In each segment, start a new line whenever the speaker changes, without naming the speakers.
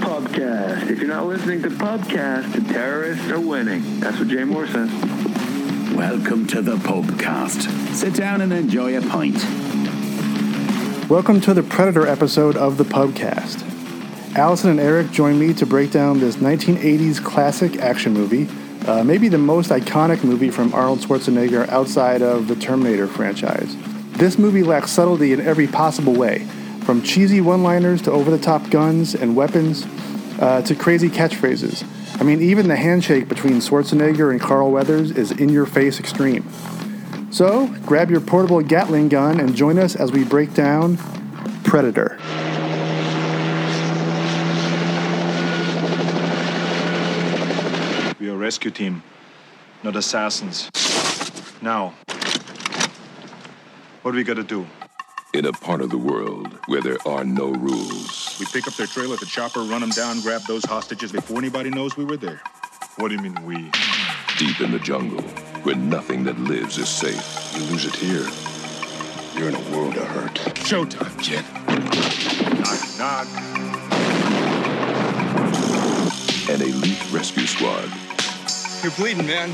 podcast. If you're not listening to podcast, the terrorists are winning. That's what Jay Moore says.
Welcome to the Popecast. Sit down and enjoy a pint.
Welcome to the Predator episode of the Pubcast. Allison and Eric join me to break down this 1980s classic action movie, uh, maybe the most iconic movie from Arnold Schwarzenegger outside of the Terminator franchise. This movie lacks subtlety in every possible way, from cheesy one liners to over the top guns and weapons uh, to crazy catchphrases. I mean, even the handshake between Schwarzenegger and Carl Weathers is in your face extreme. So, grab your portable Gatling gun and join us as we break down Predator.
We are a rescue team, not assassins. Now, what do we gotta do?
In a part of the world where there are no rules,
We pick up their trailer, the chopper, run them down, grab those hostages before anybody knows we were there. What do you mean we?
deep in the jungle, where nothing that lives is safe.
You lose it here, you're in a world of hurt.
Showtime, Jet. Knock, knock.
An elite rescue squad
You're bleeding, man.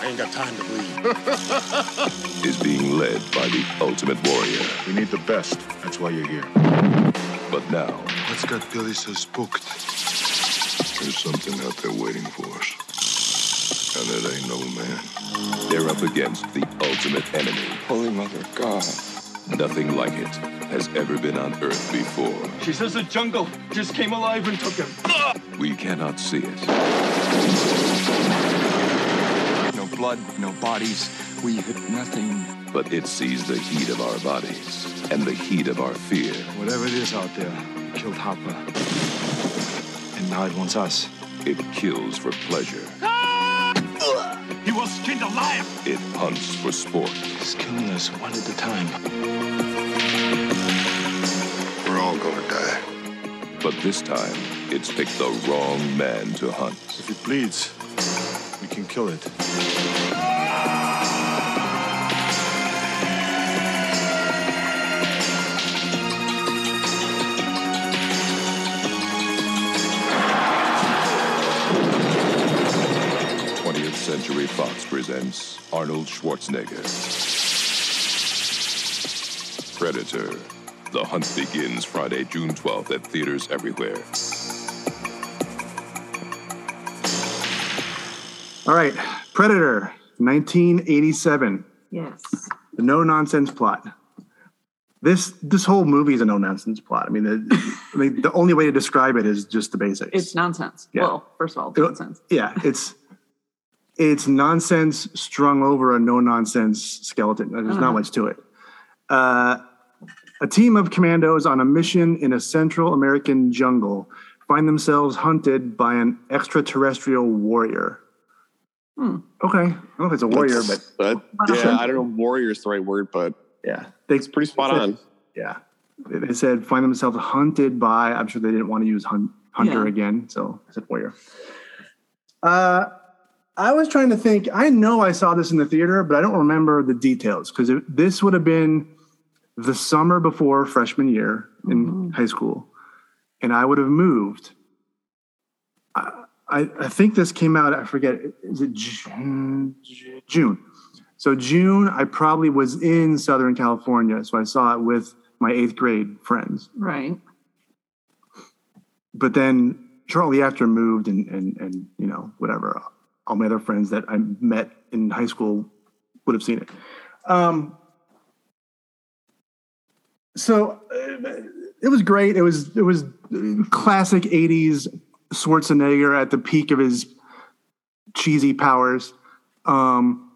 is being led by the ultimate warrior.
We need the best. That's why you're here.
But now,
What's got Billy so spooked? There's something out there waiting for us. And it ain't no man.
they're up against the ultimate enemy.
Holy Mother of God.
Nothing like it has ever been on Earth before.
She says the jungle just came alive and took him.
We cannot see it,
No blood, no bodies. We hit nothing.
but it sees the heat of our bodies and the heat of our fear.
Whatever it is out there, it killed Hopper. And now it wants us.
It kills for pleasure.
He was skinned alive.
It hunts for sport.
He's killing us one at a time.
We're all gonna die.
But this time, it's picked the wrong man to hunt.
If it bleeds, we can kill it.
The 20th Century Fox presents Arnold Schwarzenegger. Predator. The hunt begins Friday, June 12th at theaters everywhere.
All right, Predator, 1987,
Yes.
the no nonsense plot. This this whole movie is a no nonsense plot. I mean, the, I mean, the only way to describe it is just the basics.
It's nonsense.
Yeah.
Well, first of all, it's
It-
nonsense.
Yeah, it's it's nonsense strung over a no nonsense skeleton. There's not much to it. Uh, a team of commandos on a mission in a Central American jungle find themselves hunted by an extraterrestrial warrior. Okay, I don't know if it's a warrior, but
But yeah, I don't know. Warrior is the right word, but
yeah, they,
it's pretty spot on.
yeah. They- They said find themselves hunted by. I'm sure they didn't want to use hun- hunter
Yeah.
again, so I said warrior. Uh, I was trying to think. I know I saw this in the theater, but I don't remember the details because this would have been the summer before freshman year in high school, and I would have moved. I, I, I think this came out. I forget. Is it June? June. So June, I probably was in Southern California, so I saw it with my eighth grade friends.
Right.
But then shortly after moved and and and you know whatever, all my other friends that I met in high school would have seen it. Um, so uh, it was great. It was it was classic '80s Schwarzenegger at the peak of his cheesy powers. Um,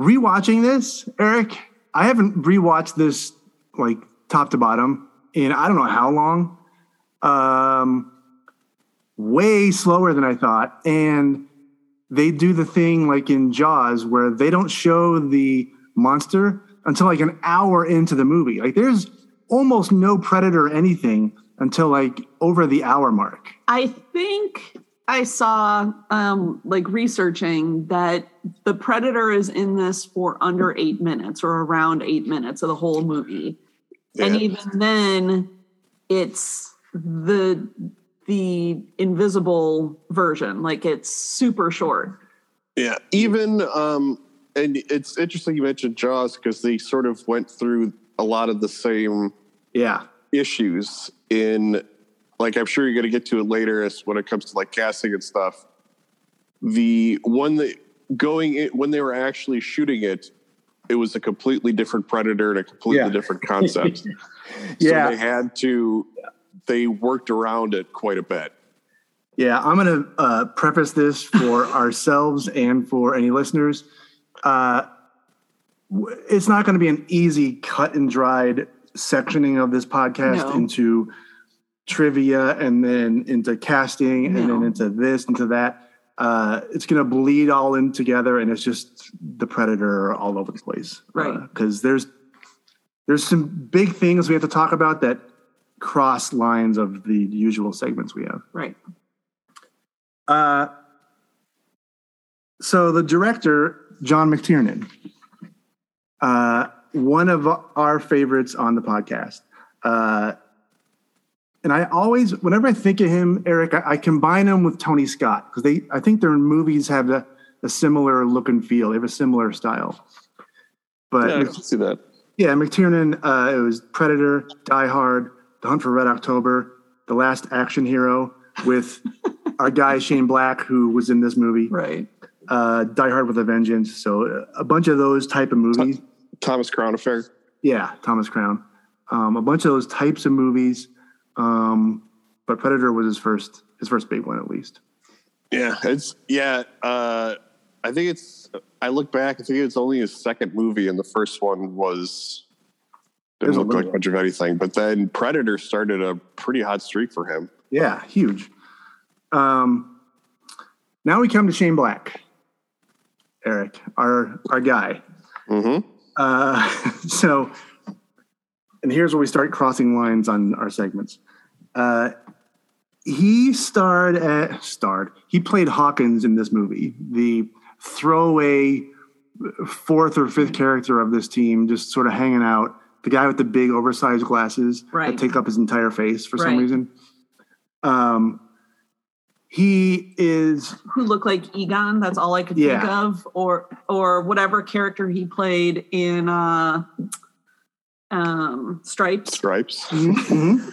rewatching this, Eric, I haven't rewatched this like top to bottom in I don't know how long. Um, way slower than I thought, and they do the thing like in Jaws where they don't show the monster until like an hour into the movie. Like there's almost no predator or anything until like over the hour mark.
I think I saw um like researching that the predator is in this for under 8 minutes or around 8 minutes of the whole movie. And even then it's the the invisible version. Like it's super short.
Yeah, even um, and it's interesting you mentioned Jaws because they sort of went through a lot of the same
yeah
issues in like I'm sure you're going to get to it later as when it comes to like casting and stuff. The one that going in, when they were actually shooting it, it was a completely different predator and a completely
Yeah.
different concept.
Yeah.
so they had to they worked around it quite a bit.
Yeah, I'm going to uh, preface this for ourselves and for any listeners. Uh, w- it's not going to be an easy cut and dried sectioning of this podcast
No.
into trivia and then into casting and then
No.
into this, into that. Uh, it's going to bleed all in together, and it's just the predator all over the place,
Right.
Because there's there's some big things we have to talk about that cross lines of the usual segments we have.
Right.
Uh, so the director, John McTiernan, uh, one of our favorites on the podcast. Uh, and I always, whenever I think of him, Eric, I, I combine him with Tony Scott because they, I think their movies have a, a similar look and feel. They have a similar style. But
yeah, I can see that.
yeah, McTiernan. Uh, it was Predator, Die Hard, The Hunt for Red October, The Last Action Hero with our guy Shane Black, who was in this movie.
Right.
Uh, Die Hard with a Vengeance. So uh, a bunch of those type of movies.
Thomas Crown Affair.
Yeah, Thomas Crown. Um, a bunch of those types of movies. Um, but Predator was his first, his first big one at least.
Yeah, it's yeah. Uh, I think it's. I look back. I think it's only his second movie, and the first one was didn't
There's a
look like
little-
much of anything. But then Predator started a pretty hot streak for him.
Yeah, huge. Um, now we come to Shane Black, Eric, our our guy.
Mm-hmm.
Uh, so, and here's where we start crossing lines on our segments. Uh, he starred at starred. He played Hawkins in this movie, the throwaway fourth or fifth character of this team, just sort of hanging out. The guy with the big oversized glasses
Right.
that take up his entire face for some
Right.
reason. Um, he is
Who looked like Egon? That's all I could think
Yeah.
of, or or whatever character he played in uh, um, Stripes.
Stripes.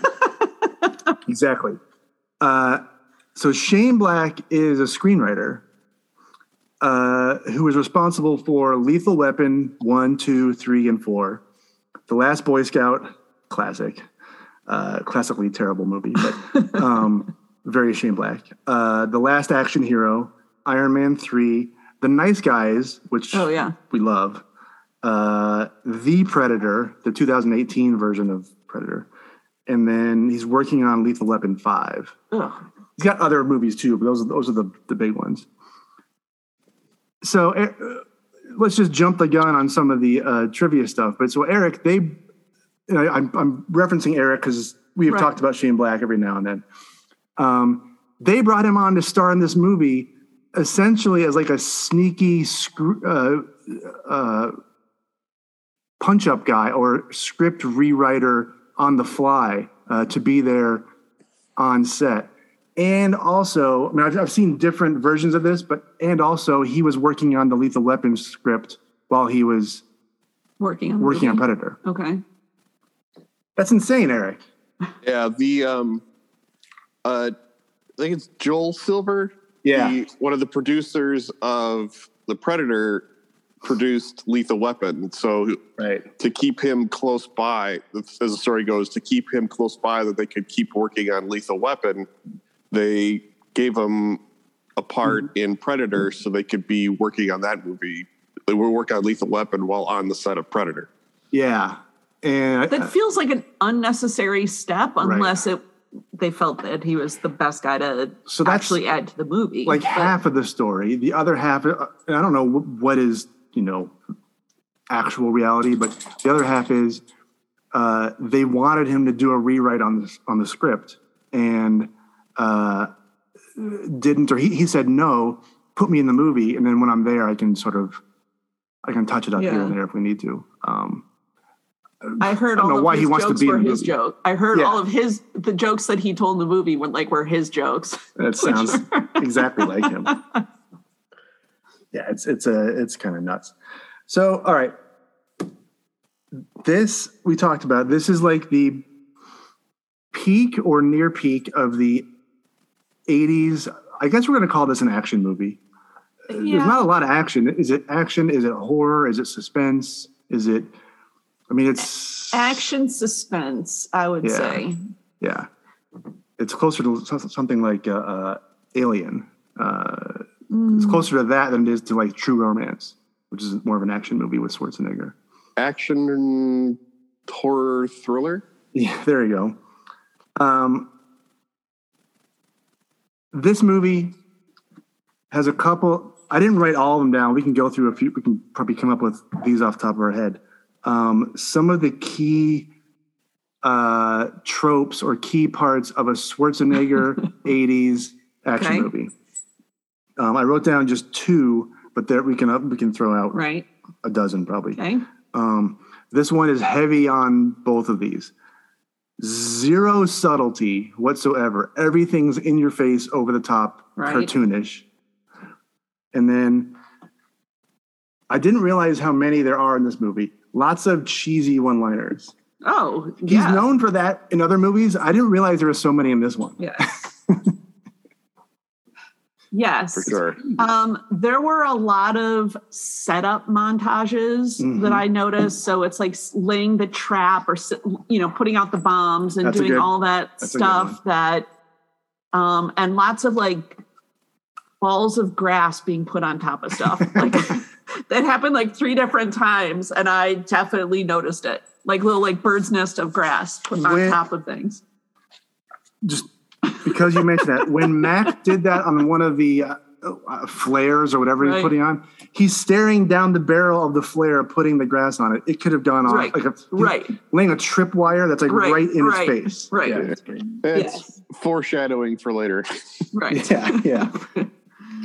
Mhm. exactly. Uh, so Shane Black is a screenwriter uh, who is responsible for Lethal Weapon one, two, three, and four, The Last Boy Scout, classic, uh, classically terrible movie, but um, very Shane Black. Uh, the Last Action Hero, Iron Man three, The Nice Guys, which
Oh yeah,
we love. Uh, the Predator, the 2018 version of Predator, and then he's working on Lethal Weapon Five.
Ugh.
He's got other movies too, but those are, those are the the big ones. So eh, uh, let's just jump the gun on some of the uh, trivia stuff. But so Eric, they, you know, I'm, I'm referencing Eric because we have
Right.
talked about Shane Black every now and then. Um, they brought him on to star in this movie essentially as like a sneaky screw, uh, uh, punch up guy or script rewriter on the fly uh, to be there on set. And also, I mean, I've, I've seen different versions of this, but and also he was working on the Lethal Weapon script while he was
working on
working on
movie.
Predator. Uh,
Okay,
That's insane, Eric.
Yeah, the um, uh, I think it's Joel Silver.
Yeah.
the, one of the producers of the Predator produced Lethal Weapon. So
Right.
to keep him close by, as the story goes, to keep him close by that they could keep working on Lethal Weapon, they gave him a part in Predator so they could be working on that movie. They were working on Lethal Weapon while on the set of Predator.
Yeah. And
that feels like an unnecessary step, unless it they felt that he was the best guy to
So that's-
actually add to the movie.
like
But-
half of the story. The other half, uh, and I don't know wh- what is you know actual reality, but the other half is uh, they wanted him to do a rewrite on the on the script and uh, didn't, or he, he said no. Put me in the movie, and then when I'm there, I can sort of I can touch it up here
Yeah.
and there if we need to. Um,
I heard
I don't
all
know
of
why
his
he wants to
jokes
be in
were
the
his
movie.
joke. I heard
Yeah.
all of his the jokes that he told in the movie were like were his jokes.
That sounds exactly like him. Yeah, it's it's a it's kind of nuts. So, all right, this we talked about. This is like the peak or near peak of the '80s. I guess we're going to call this an action movie. There's not a lot of action. Is it action? Is it horror? Is it suspense? Is it? I mean, it's
Action suspense, I would
Yeah.
say.
yeah, it's closer to so- something like uh, uh, Alien. Uh, It's closer to that than it is to like True Romance, which is more of an action movie with Schwarzenegger.
Action horror thriller.
Yeah, there you go. Um, this movie has a couple. I didn't write all of them down. We can go through a few. We can probably come up with these off the top of our head. Um, some of the key uh, tropes or key parts of a Schwarzenegger '80s action
Okay.
movie. Um, I wrote down just two, but there we can up, we can throw out
Right.
a dozen probably.
Okay.
Um, this one is heavy on both of these. Zero subtlety whatsoever. Everything's in your face, over the top,
Right.
cartoonish. And then I didn't realize how many there are in this movie. Lots of cheesy one liners.
Oh,
He's
yeah.
known for that in other movies. I didn't realize there were so many in this one.
yes. yes.
For sure.
Um, there were a lot of setup montages
Mhm.
that I noticed. So it's like s- laying the trap or, s- you know, putting out the bombs and
That's a
doing
good-
all that
that's a good
stuff that, um, and lots of like balls of grass being put on top of stuff. Like that happened like three different times. And I definitely noticed it. Like little like bird's nest of grass put on
Where-
top of things.
just because you mentioned that when Mac did that on one of the uh, uh, flares or whatever he's
Right.
putting on, he's staring down the barrel of the flare, putting the grass on it. It could have gone off
Right.
Uh, like a, he's
Right.
laying a tripwire that's like right,
Right,
in
right,
his face.
Right.
Yeah.
It's
Yes.
foreshadowing for later.
Right.
Yeah, yeah.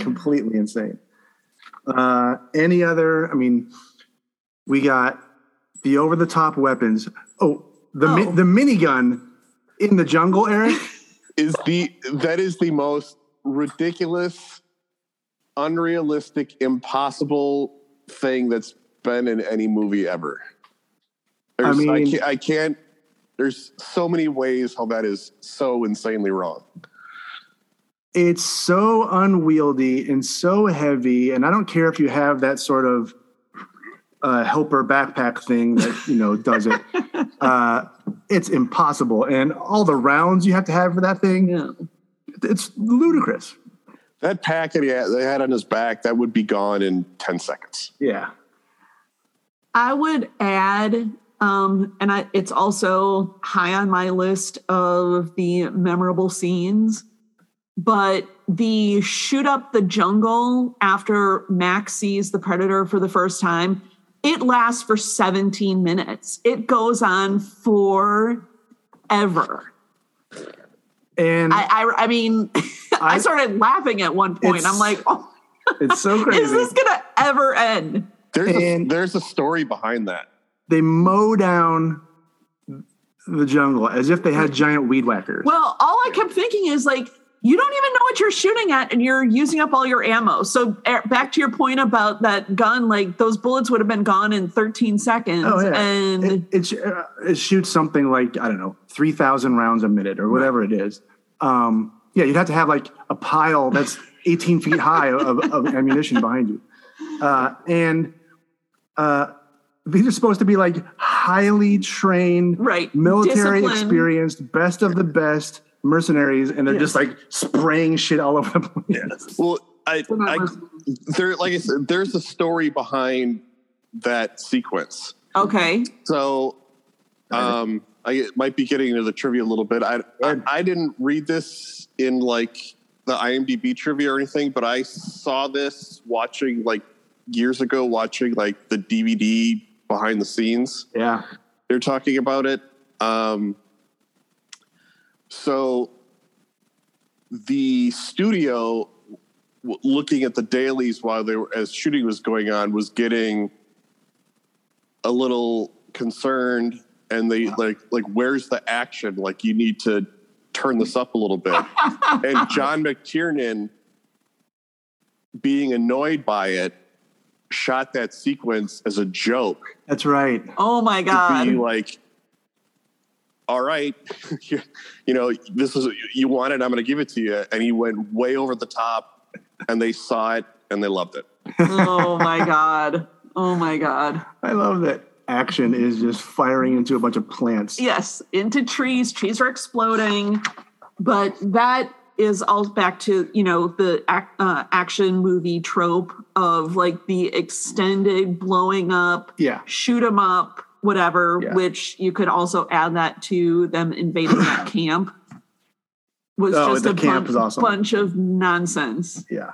Completely insane. Uh, any other? I mean, we got the over the top weapons. Oh, the mi-
Oh.
the minigun in the jungle, Eric.
is the that is the most ridiculous, unrealistic, impossible thing that's been in any movie ever. There's, I,
mean-
can't, I can't. There's so many ways how that is so insanely wrong.
it's so unwieldy and so heavy and i don't care if you have that sort of uh, helper backpack thing that you know does it uh, it's impossible and all the rounds you have to have for that thing
Yeah.
it's ludicrous
That pack that he had, they had on his back that would be gone in ten seconds.
yeah
I would add, um, and I, it's also high on my list of the memorable scenes, but the shoot up the jungle after Max sees the predator for the first time, it lasts for 17 minutes. It goes on forever.
and
I, I, I mean, I,
I-
started laughing at one point.
It's-
I'm like, oh,
it's so crazy
is this going to ever end?
There's a,
And-
there's a story behind that.
they mow down the jungle as if they had giant weed whackers
Well, all I kept thinking is like, you don't even know what you're shooting at, and you're using up all your ammo. So er, back to your point about that gun, like those bullets would have been gone in 13 seconds.
Oh, yeah.
And
it, it, sh- uh, it shoots something like I don't know, three thousand rounds a minute or whatever it is. Um, yeah, you'd have to have like a pile that's eighteen feet high of, of ammunition behind you, uh, and uh, these are supposed to be like highly trained,
Right.
military
Discipline.
experienced, best of the best mercenaries, and they're
Yes.
just like spraying shit all over the place.
Well, I,
We're not
I
listening.
there like I said, there's a story behind that sequence.
okay.
So, um, I might be getting into the trivia a little bit. I, I I didn't read this in like the IMDb trivia or anything, but I saw this watching like years ago, watching like the DVD behind the scenes.
Yeah,
They're talking about it. Um, so, the studio w- looking at the dailies while they were as shooting was going on was getting a little concerned and they like like where's the action? Like you need to turn this up a little bit. and John McTiernan being annoyed by it shot that sequence as a joke.
That's right.
Oh my god.
To be like all right, you, you know, this is you want it, I'm going to give it to you. And he went way over the top, and they saw it and they loved it.
oh my god. Oh my god.
I love that action is just firing into a bunch of plants.
Yes, into trees. Trees are exploding, but that is all back to you know the ac- uh, action movie trope of like the extended blowing up,
Yeah.
shoot 'em up, whatever.
Yeah.
Which you could also add that to them invading that camp. Was
Oh,
just
the
a
camp
bun-
is awesome.
bunch of nonsense.
Yeah.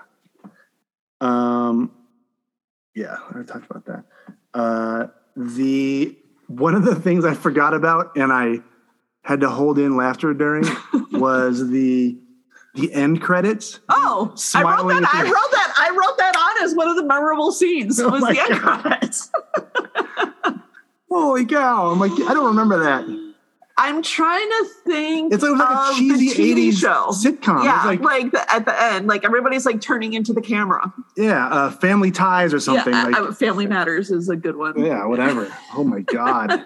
Um, yeah, I talked about that. Uh, the one of the things I forgot about and I had to hold in laughter during was the the end credits.
Oh, I wrote
Smiling
that. I
at the-
wrote that. I wrote that on as one of the memorable scenes.
Oh
was
my
the end
God.
credits.
Holy cow! I'm like, I don't remember that.
I'm trying to think.
It's like, it was like a
of
cheesy
the TV
80s
show.
sitcom. It
Yeah,
was
like,
like-
the, at the end, like everybody's like turning into the camera.
Yeah, uh, Family Ties or something.
yeah,
like,
I- I- Family Matters is a good one.
yeah, whatever. Oh my god!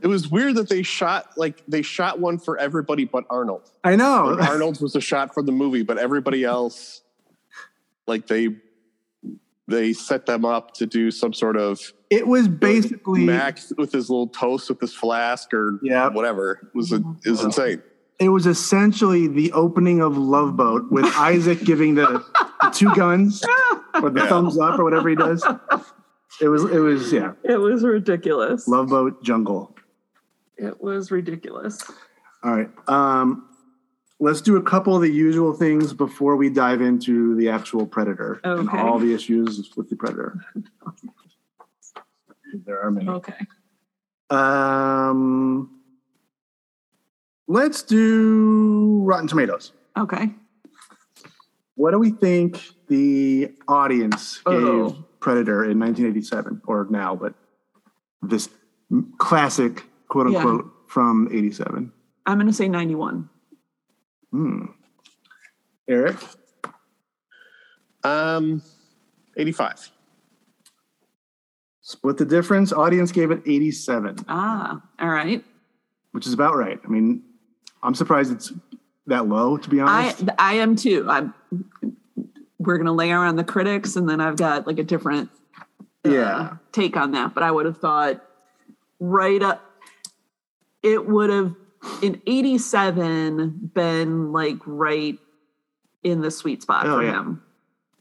It was weird that they shot like they shot one for everybody but Arnold.
I know.
Like, Arnold's was a shot for the movie, but everybody else, like they they set them up to do some sort of
It was basically
Max with his little toast with his flask or
Yeah.
whatever. It was a, it was insane.
it was essentially the opening of Love Boat with Isaac giving the, the two guns or the
Yeah.
thumbs up or whatever he does. It was it was yeah,
It was ridiculous.
Love Boat Jungle.
It was ridiculous.
All right. Um let's do a couple of the usual things before we dive into the actual predator and
Okay.
all the issues with the predator. There are many.
Okay.
Um let's do Rotten Tomatoes.
Okay.
What do we think the audience gave
Oh.
Predator in 1987 or now, but this m- classic quote
Yeah.
unquote from 87?
I'm going to say 91.
Hmm. Eric,
Um, eighty five.
split the difference. Audience gave it 87,
Ah, all right.
which is about right. I mean, I'm surprised it's that low, to be
I
honest.
I am too. I'm. We're going to layer on the critics, and then I've got like a different uh,
yeah.
take on that, but I would have thought right up it would have in 87 been like right in the sweet spot
Oh,
for
yeah.
him.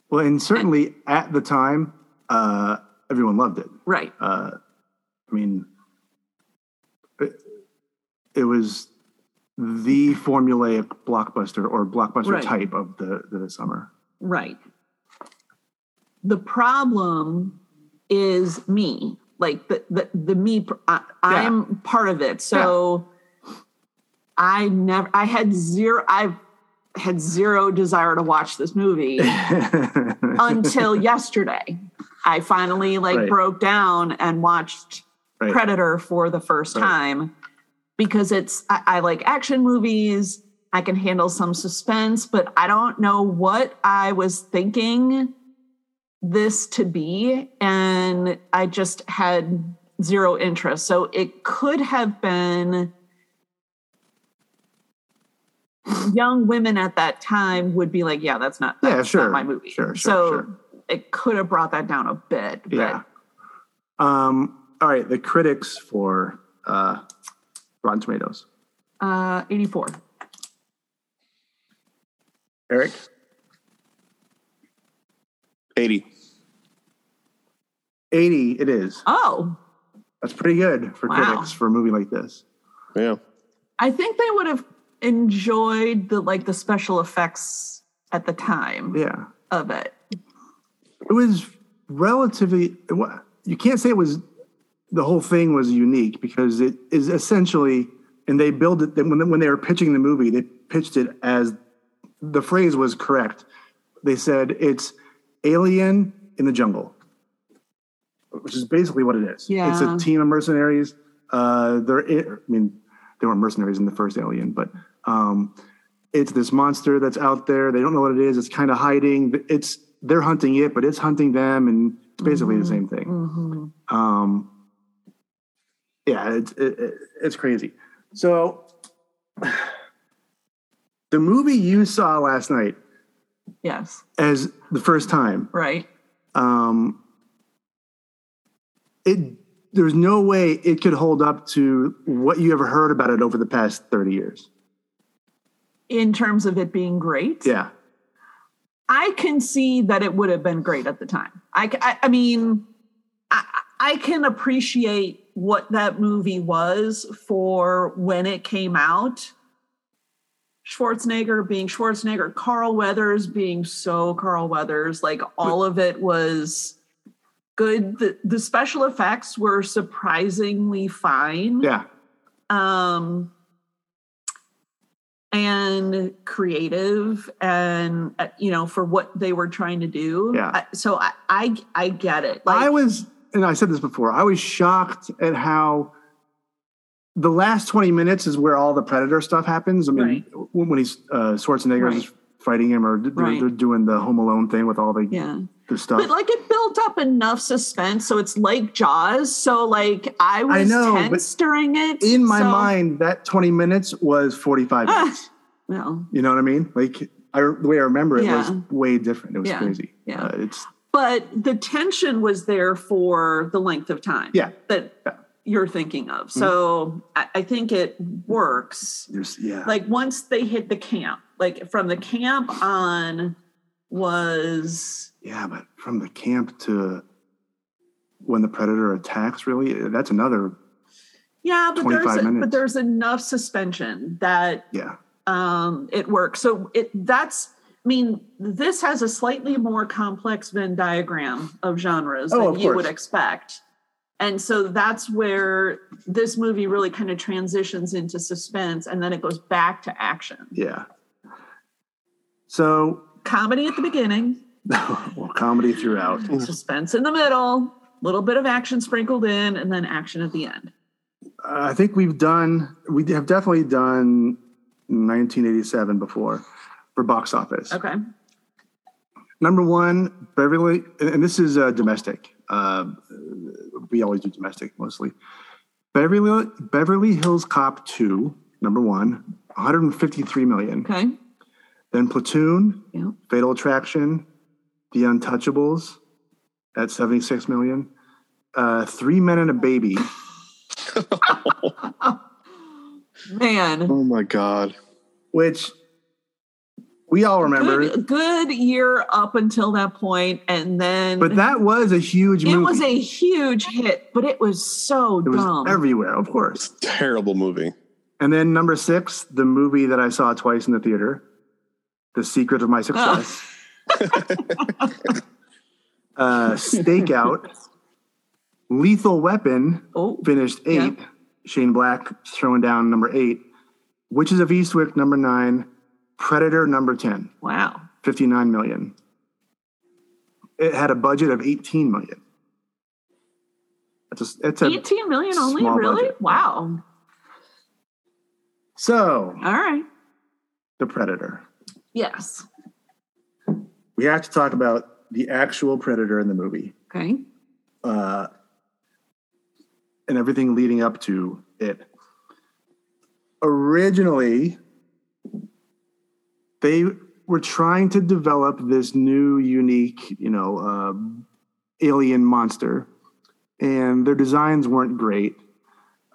Well, and certainly at the time, uh, everyone loved it.
Right.
uh, I mean, it, it was the formulaic blockbuster or blockbuster
Right.
type of the, the summer.
Right. The problem is me. Like the the, the me pr- I, I'm part of it. So I never I had zero I had zero desire to watch this movie. until yesterday. I finally like
Right.
broke down and watched
Right.
Predator for the first
Right.
time because it's I, I like action movies. I can handle some suspense, but I don't know what I was thinking this to be, and I just had zero interest. So it could have been young women at that time would be like, yeah, that's not
Yeah,
that's
sure.
not my movie.
Sure, sure,
so
sure.
it could have brought that down a bit. But
yeah. Um, all right. The critics for uh, Rotten Tomatoes.
uh, 84.
Eric,
Eighty.
80 it is.
Oh,
That's pretty good for
Wow.
critics for a movie like this.
Yeah.
I think they would have enjoyed the like the special effects at the time
Yeah.
of it.
it was relatively it wa- you can't say it was the whole thing was unique because it is essentially and they built it when they, when they were pitching the movie they pitched it as the phrase was correct they said it's alien in the jungle which is basically what it is.
Yeah.
It's a team of mercenaries. Uh, they're, I mean, they weren't mercenaries in the first Alien, but um, it's this monster that's out there. They don't know what it is. It's kind of hiding. It's they're hunting it, but it's hunting them, and it's basically the same thing.
Mhm.
Um, yeah, it's it, it, it's crazy. So the movie you saw last night
Yes.
as the first time,
Right.
um, it there's no way it could hold up to what you ever heard about it over the past thirty years.
In terms of it being great,
Yeah,
I can see that it would have been great at the time. I, c- I- I mean, I, I can appreciate what that movie was for when it came out. Schwarzenegger being Schwarzenegger, Carl Weathers being so Carl Weathers, like all of it was good. The, the special effects were surprisingly fine
yeah,
um and creative and uh, you know for what they were trying to do
Yeah.
I, so I, I i get it like
I was, and I said this before, I was shocked at how the last 20 minutes is where all the Predator stuff happens. I mean, when when he's uh, Schwarzenegger is
Right.
fighting him or they're,
Right.
they're doing the Home Alone thing with all the,
yeah
the stuff.
but like it built up enough suspense so it's like jaws so like i was
know, but
tense during it
In my
so-
mind, that 20 minutes was 45
Ah,
minutes.
well
You know what I mean? Like, I, the way I remember it was
Yeah.
way different. It was
Yeah.
crazy.
Yeah.
Uh, it's,
but the tension was there for the length of time
Yeah.
that
Yeah. Mm-hmm.
you're thinking of so I, I think it works
there's, yeah.
like once they hit the camp like from the camp on was
yeah, but from the camp to when the Predator attacks, really, that's another,
yeah but there's
25
a,
minutes.
but there's enough suspension that
yeah.
um it works so it that's i mean this has a slightly more complex venn diagram of genres
Oh,
than
of
you would
course.
expect and so that's where this movie really kind of transitions into suspense and then it goes back to action
Yeah. So,
comedy at the beginning
well, comedy throughout.
suspense in the middle, little bit of action sprinkled in, and then action at the end.
I think we've done, we have definitely done 1987 before for box office.
Okay.
Number one, Beverly, and and this is uh, domestic. Uh, we always do domestic mostly. Beverly, Beverly Hills Cop 2, number one, 153 million.
Okay.
Then Platoon,
Yeah.
Fatal Attraction, The Untouchables at 76 million, uh, Three Men and a Baby.
Man.
Oh my God.
which we all remember.
Good, good year up until that point, and then
But that was a huge
it
movie.
was a huge hit, but it was so
it was
dumb.
everywhere, of course.
Terrible movie.
And then number six, the movie that I saw twice in the theater, The Secret of My Success, uh, Stakeout, Lethal Weapon
oh,
finished
Yeah.
eight. Shane Black throwing down number eight. Witches of Eastwick number nine. Predator number 10,
wow.
59 million. It had a budget of 18 million. That's a, it's a
18 million only?
small
Really?
budget.
Wow.
So,
All right.
the Predator.
Yes.
We have to talk about the actual Predator in the movie
Okay.
uh, and everything leading up to it. Originally, they were trying to develop this new, unique, you know, uh, alien monster, and their designs weren't great.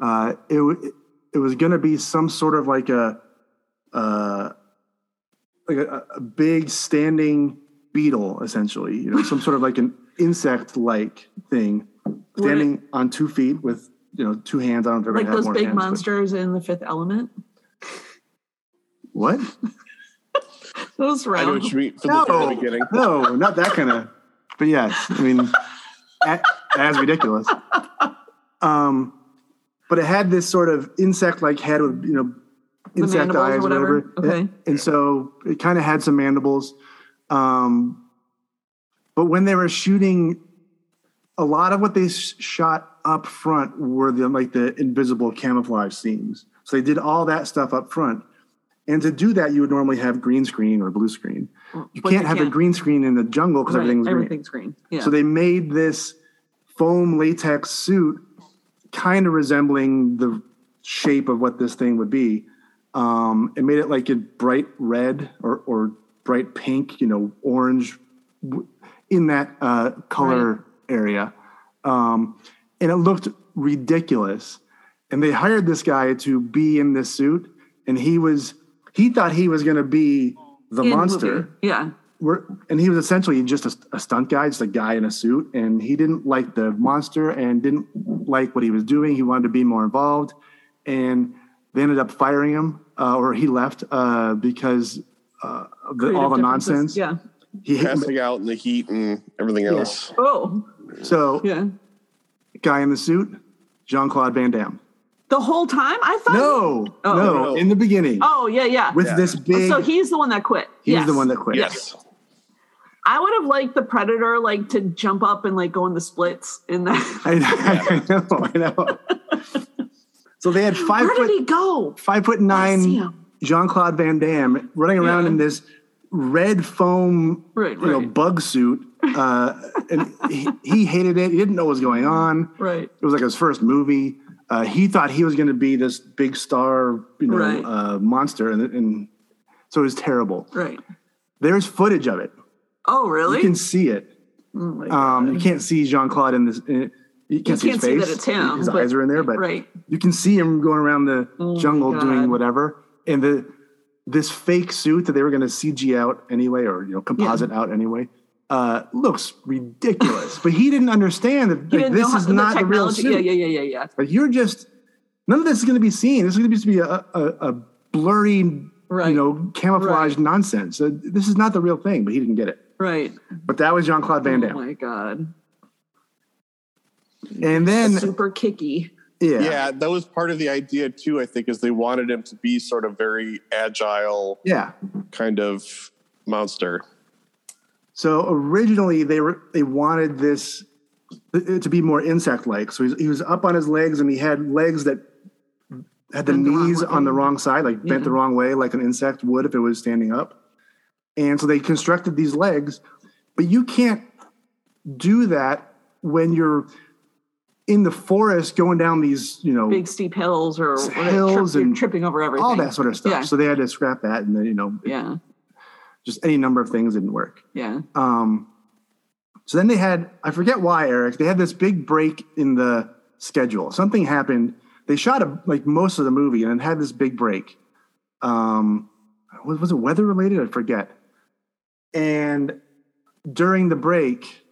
Uh, it w- it was going to be some sort of like a uh, like a, a big standing beetle, essentially, you know, some sort of like an insect like thing, standing on two feet with you know two hands. I don't know if it
Like
had
those
more
big
hands, but-
monsters in the fifth element.
What?
Those
I know
round.
what you mean from the
No,
very beginning.
no, not that kind of. But yes, I mean, a- as ridiculous. Um, but it had this sort of insect-like head with you know
The
insect
mandibles or
eyes, or whatever.
whatever? Okay.
And so it kind of had some mandibles. Um, but when they were shooting a lot of what they s- shot up front were the like the invisible camouflage scenes. So they did all that stuff up front. And to do that, you would normally have green screen or blue screen. You
But
can't have a
can't-
green screen in the jungle because
right,
everything's green.
everything's green. Yeah.
So they made this foam latex suit kind of resembling the shape of what this thing would be. Um, it made it like a bright red or, or bright pink, you know, orange w- in that uh, color area. Um, and it looked ridiculous. And they hired this guy to be in this suit. And he was, he thought he was going to be the
In
monster
movie. Yeah.
we're, and he was essentially just a, a stunt guy, just a guy in a suit, and he didn't like the monster and didn't like what he was doing. He wanted to be more involved, and they ended up firing him, uh, or he left uh, because uh, of the, all
Creative
the
differences.
nonsense.
Yeah.
He hit
Passing out in the heat and everything
Yeah.
else.
Oh,
So,
yeah.
guy in the suit, Jean Claude Van Damme.
The whole time I thought.
No,
Oh.
no, in the beginning
Oh yeah, yeah.
with this big.
so he's the one that quit.
he's
yes.
the one that quit.
Yes. I would have liked the predator like to jump up and like go in the splits in that.
I, I know. I know. so they had five
Where
foot
did he go?
five foot
I see
nine
him.
Jean Claude Van Damme running around
Yeah.
in this red foam,
Right,
you know,
right.
bug suit, uh, and he, he hated it. He didn't know what was going on.
Right.
It was like his first movie. Uh, he thought he was going to be this big star, you know,
Right.
uh, monster, and, and so it was terrible.
Right.
There's footage of it.
Oh really?
You can see it.
Oh my
um, you can't see Jean Claude in this. In, you can't, see, his
can't see
face.
that it's him,
His
but-
eyes are in there, but
right.
you can see him going around the
Oh my
jungle
God.
doing whatever. And the this fake suit that they were going to CG out anyway, or you know, composite out anyway, uh, looks ridiculous. but he didn't understand that
He
like,
didn't
this
know
is
how,
not
the
the real
technology.
suit.
yeah, yeah, yeah, yeah, yeah.
Like you're just none of this is going to be seen. This is going to be a, a, a blurry,
Right.
you know, camouflage nonsense. Uh, this is not the real thing. But he didn't get it.
Right.
But that was Jean Claude Van
Oh
Damme.
my god.
and then
Super kicky.
Yeah. that was part of the idea too. I think is they wanted him to be sort of very agile,
Yeah.
kind of monster.
So originally they were they wanted this it to be more insect like. So he's, he was up on his legs and he had legs that had the
Bent the wrong
knees
way. Mm-hmm.
on the wrong side, like bent
Yeah.
the wrong way, like an insect would if it was standing up. And so they constructed these legs, but you can't do that when you're in the forest going down these, you know,
Big steep hills or
Hills
or trip- you're
and
tripping over everything.
all that sort of stuff.
Yeah.
So they had to scrap that and then, you know,
yeah.
just any number of things didn't work.
Yeah.
Um, so then they had, I forget why, Eric, they had this big break in the schedule. Something happened. They shot a, like most of the movie and then had this big break. Um, was, was it weather related? I forget. And during the break,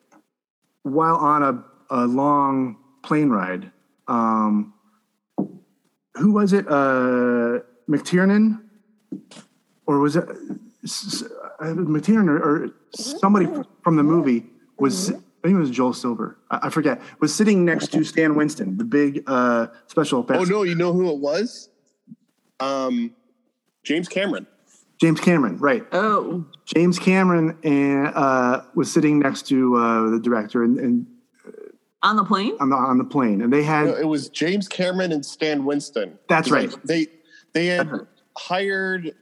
while on a, a long plane ride, um, who was it? Uh, McTiernan? Or was it s- s- uh, McTiernan or, or somebody from the movie was, I think it was Joel Silver, I, I forget, was sitting next to Stan Winston, the big uh, special effects.
Oh no, you know who it was? Um, James Cameron.
James Cameron, right.
Oh.
James Cameron and, uh, was sitting next to uh, the director and, and
On the plane?
on, the, on the plane. And they had,
No, it was James Cameron and Stan Winston.
That's right. Uh-huh.
Like, they they had hired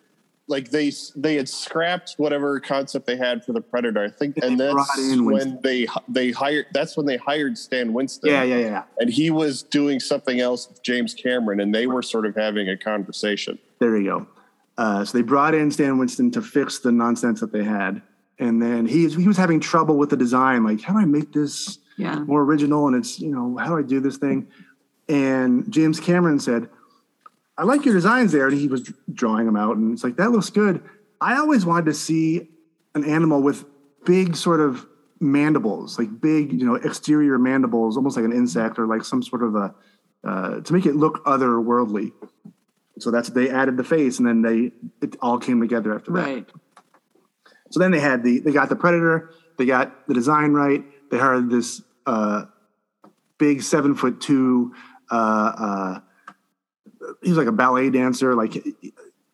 like they they had scrapped whatever concept they had for the Predator. I think, and
They brought
that's
in Winston.
when they they hired. That's when they hired Stan Winston.
yeah, yeah, yeah.
And he was doing something else with James Cameron, and they were sort of having a conversation.
There you go. Uh, so they brought in Stan Winston to fix the nonsense that they had. And then he, he was having trouble with the design. Like, how do I make this
Yeah.
more original? And it's, you know, how do I do this thing? And James Cameron said, I like your designs there. And he was drawing them out. And it's like, that looks good. I always wanted to see an animal with big sort of mandibles, like big, you know, exterior mandibles, almost like an insect or like some sort of a, uh, to make it look otherworldly. So that's, they added the face and then they, it all came together after that.
Right.
So then they had the they got the predator, they got the design right. They hired this uh, big seven foot two. Uh, uh, he was like a ballet dancer, like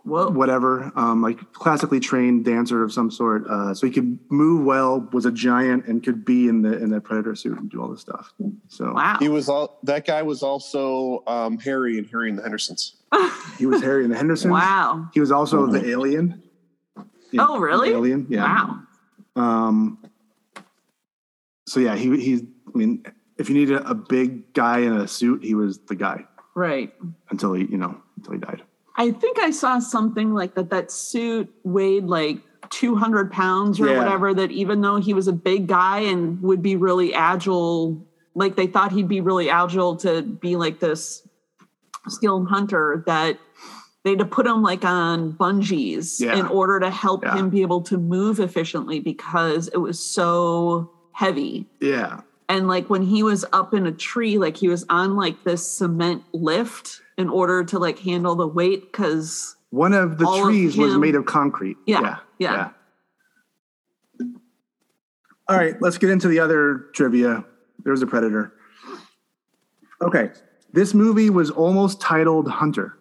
Whoa.
whatever, um, like classically trained dancer of some sort. Uh, so he could move well, was a giant, and could be in the in that predator suit and do all this stuff. So
Wow.
He was all that guy was also um, Harry and Harry and the Hendersons.
he was Harry and the Hendersons.
Wow.
He was also the alien. Yeah,
Oh, really?
the Alien. Yeah.
Wow.
Um, so yeah, he he's. I mean, if you needed a big guy in a suit, he was the guy
Right.
until he, you know, until he died.
I think I saw something like that. That suit weighed like 200 pounds or
Yeah.
whatever. That even though he was a big guy and would be really agile, like they thought he'd be really agile to be like this skilled hunter, that they had to put him like on bungees
Yeah.
in order to help
Yeah.
him be able to move efficiently because it was so heavy
Yeah,
and like when he was up in a tree like he was on like this cement lift in order to like handle the weight because
one of the
All of
trees was
him.
made of concrete.
Yeah, yeah.
All right, let's get into the other trivia. There's a predator. Okay, this movie was almost titled Hunter,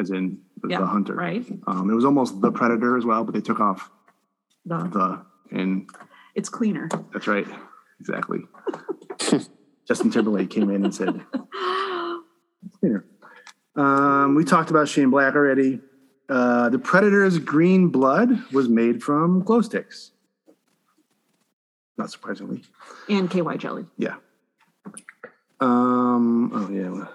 as in the,
yeah
the hunter.
right
Um, it was almost the predator as well, but they took off
The-
the and
it's cleaner
That's right. Exactly. Justin Timberlake came in and said, "Here." um, We talked about Shane Black already. Uh, the Predator's green blood was made from glow sticks. Not surprisingly.
and ky jelly
Yeah. Um, oh, yeah.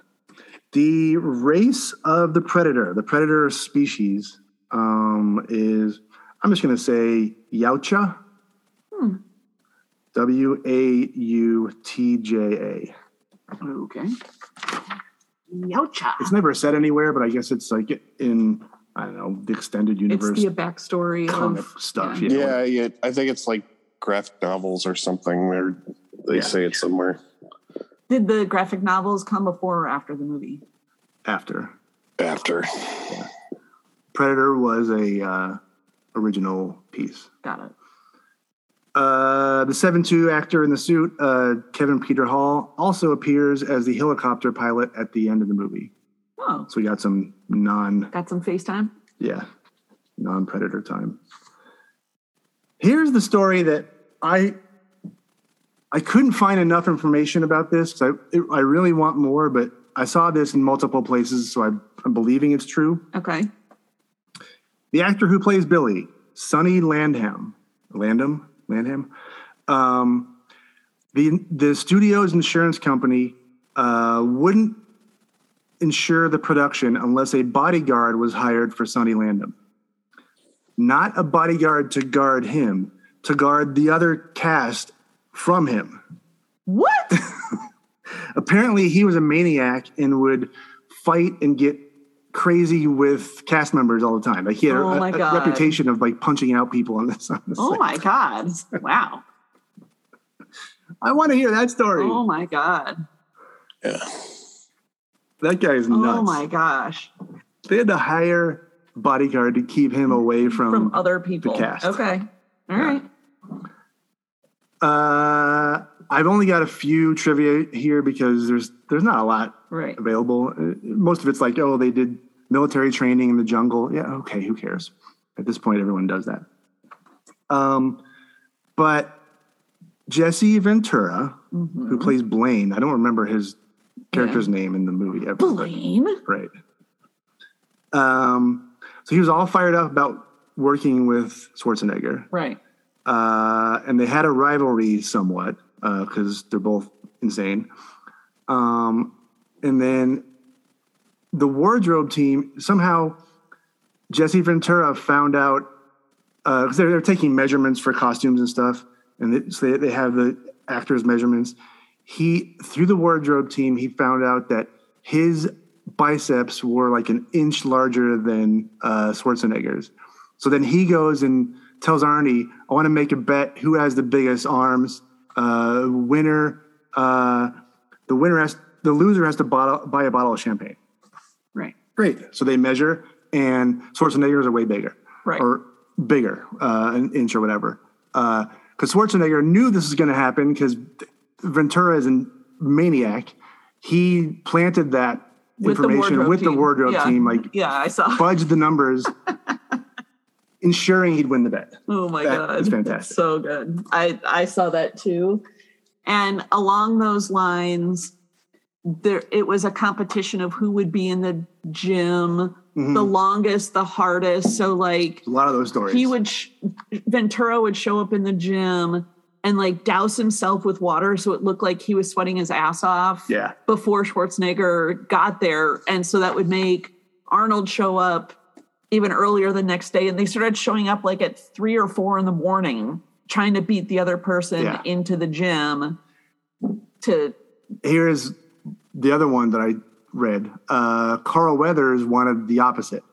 The race of the predator, the predator species, um, is, I'm just going to say Yautja.
Hmm.
W A U T J A.
okay Yowcha.
It's never said anywhere, but I guess it's like in, I don't know, the extended
it's
universe
the backstory
comic
of
stuff. Yeah.
Yeah, yeah. I think it's like graphic novels or something where they
Yeah.
say it somewhere
did the graphic novels come before or after the movie
After.
after.
Predator was a uh, original piece.
got it
Uh, the 7 2 actor in the suit, uh, Kevin Peter Hall, also appears as the helicopter pilot at the end of the movie.
oh
So we got some non,
got some facetime
yeah, non predator time. Here's the story that I I couldn't find enough information about this because I it, I really want more, but I saw this in multiple places, so I, I'm believing it's true.
okay
The actor who plays Billy, Sonny Landham, Landham, Landham. Um, the the studio's insurance company uh, wouldn't insure the production unless a bodyguard was hired for Sonny Landham. Not a bodyguard to guard him, to guard the other cast from him.
what
Apparently, he was a maniac and would fight and get crazy with cast members all the time. Like he had a-
Oh
a,
my
a
God.
reputation of like punching out people on this. On this
oh
thing.
my god wow
I want to hear that story.
oh my god
That guy is nuts.
oh my gosh
They had to hire a bodyguard to keep him away from.
from other people.
cast.
Okay. All right.
uh, I've only got a few trivia here because there's there's not a lot
Right.
available. Uh, Most of it's like, oh, they did military training in the jungle. Yeah, okay, who cares? At this point, everyone does that. Um, but Jesse Ventura, who
Mm-hmm.
plays Blaine, I don't remember his character's name in the movie ever. but-
Blaine.
Right. Um, so he was all fired up about working with Schwarzenegger
Right.
uh, and they had a rivalry somewhat because they're both insane. Um, and then the wardrobe team somehow Jesse Ventura found out because Uh, they're, they're taking measurements for costumes and stuff, and they, so they, they have the actors' measurements. He through the wardrobe team, he found out that his biceps were like an inch larger than uh, Schwarzenegger's. So then he goes and tells Arnie, "I want to make a bet. Who has the biggest arms? Uh, winner. Uh, the winner has the loser has to bottle, buy a bottle of champagne."
Right.
Great. So they measure, and Schwarzenegger's are way bigger,
Right.
Or bigger, uh, an inch or whatever. Because Schwarzenegger knew this was going to happen because Ventura is a maniac. He planted that
With the
information
wardrobe
with the
team.
wardrobe
Yeah.
team, like
Yeah, I saw.
fudge the numbers, ensuring he'd win the bet.
Oh my
That
god,
is fantastic.
So good. I I saw that too. And along those lines, there it was a competition of who would be in the gym
Mhm.
the longest, the hardest. So like
A lot of those stories.
he would sh- Ventura would show up in the gym and like douse himself with water so it looked like he was sweating his ass off
yeah.
before Schwarzenegger got there. And so that would make Arnold show up even earlier the next day. And they started showing up like at three or four in the morning, trying to beat the other person
Yeah.
into the gym to
Here is the other one that I read. Uh, Carl Weathers wanted the opposite.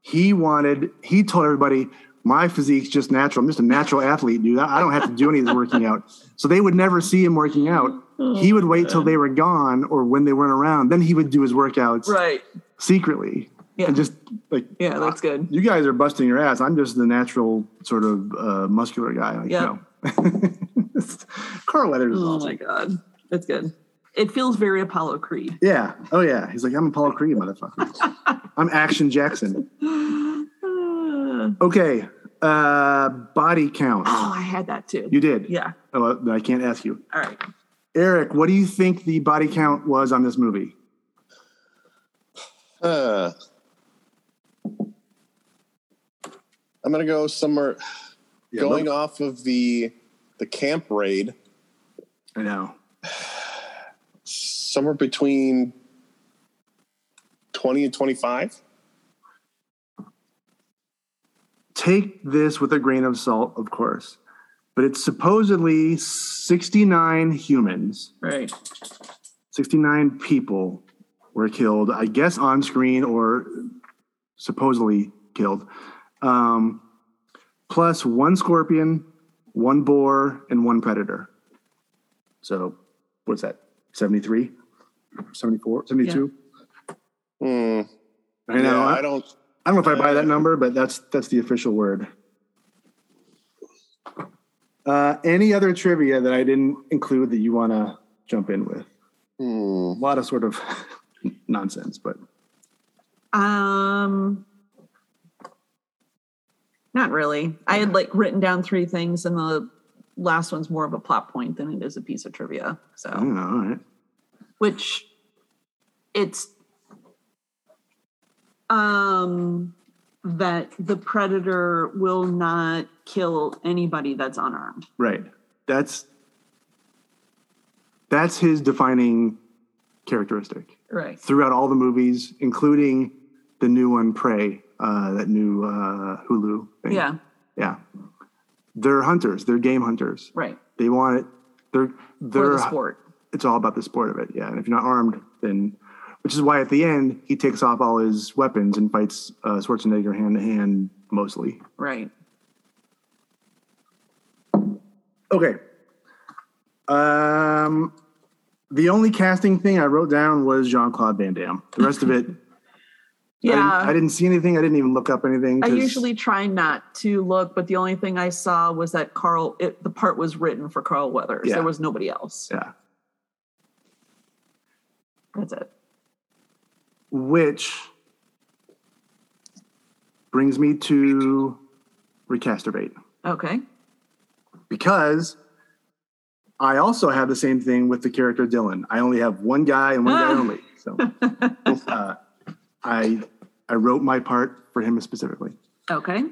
He wanted. He told everybody, "My physique's just natural. I'm just a natural athlete, dude. I I don't have to do any of this working out." So they would never see him working out. He would wait till they were gone or when they weren't around. Then he would do his workouts
Right.
secretly
Yeah.
and just like
yeah, that's good.
you guys are busting your ass. I'm just the natural sort of uh, muscular guy. Like,
Yeah.
no. Carl Weathers is
Oh
awesome.
my God. That's good. It feels very Apollo Creed.
Yeah. Oh yeah. He's like, I'm Apollo Creed, motherfucker. I'm Action Jackson.
Uh,
Okay. Uh, body count.
oh, I had that too.
You did.
Yeah.
Oh, uh, no, I can't ask you,
All right.
Eric. What do you think the body count was on this movie?
Uh, I'm gonna go somewhere. going off of the the camp raid,
I know.
somewhere between twenty and twenty five.
Take this with a grain of salt, of course, but it's supposedly 69 humans.
Right.
69 people were killed, I guess on screen or supposedly killed. Um, plus one scorpion, one boar, and one predator. So what's that? 73? 74? 72?
Hmm.
I know.
Yeah,
I,
I don't.
I don't know if I buy that number, but that's that's the official word. Uh, any other trivia that I didn't include that you want to jump in with?
Hmm.
a lot of sort of nonsense, but
Um, not really. I had like written down three things, and the last one's more of a plot point than it is a piece of trivia. So,
I don't know. All right.
which it's um that the predator will not kill anybody that's unarmed.
Right. That's that's his defining characteristic
Right.
throughout all the movies, including the new one, Prey, uh, that new uh, Hulu thing.
Yeah.
Yeah. They're hunters. They're game hunters.
Right.
They want it. They're
For
they're
the sport.
it's all about the sport of it. Yeah. And if you're not armed, then which is why at the end he takes off all his weapons and fights uh, Schwarzenegger hand to hand mostly.
Right.
Okay. Um, the only casting thing I wrote down was Jean Claude Van Damme. The rest of it, I,
Yeah.
didn't, I didn't see anything. I didn't even look up anything.
I
'cause-
usually try not to look, but the only thing I saw was that Carl, it, the part was written for Carl Weathers.
Yeah.
There was nobody else.
yeah,
That's it.
which brings me to recasturbate
Okay.
because I also have the same thing with the character Dylan. I only have one guy and one guy
Ah.
only. So uh, I I wrote my part for him specifically.
Okay.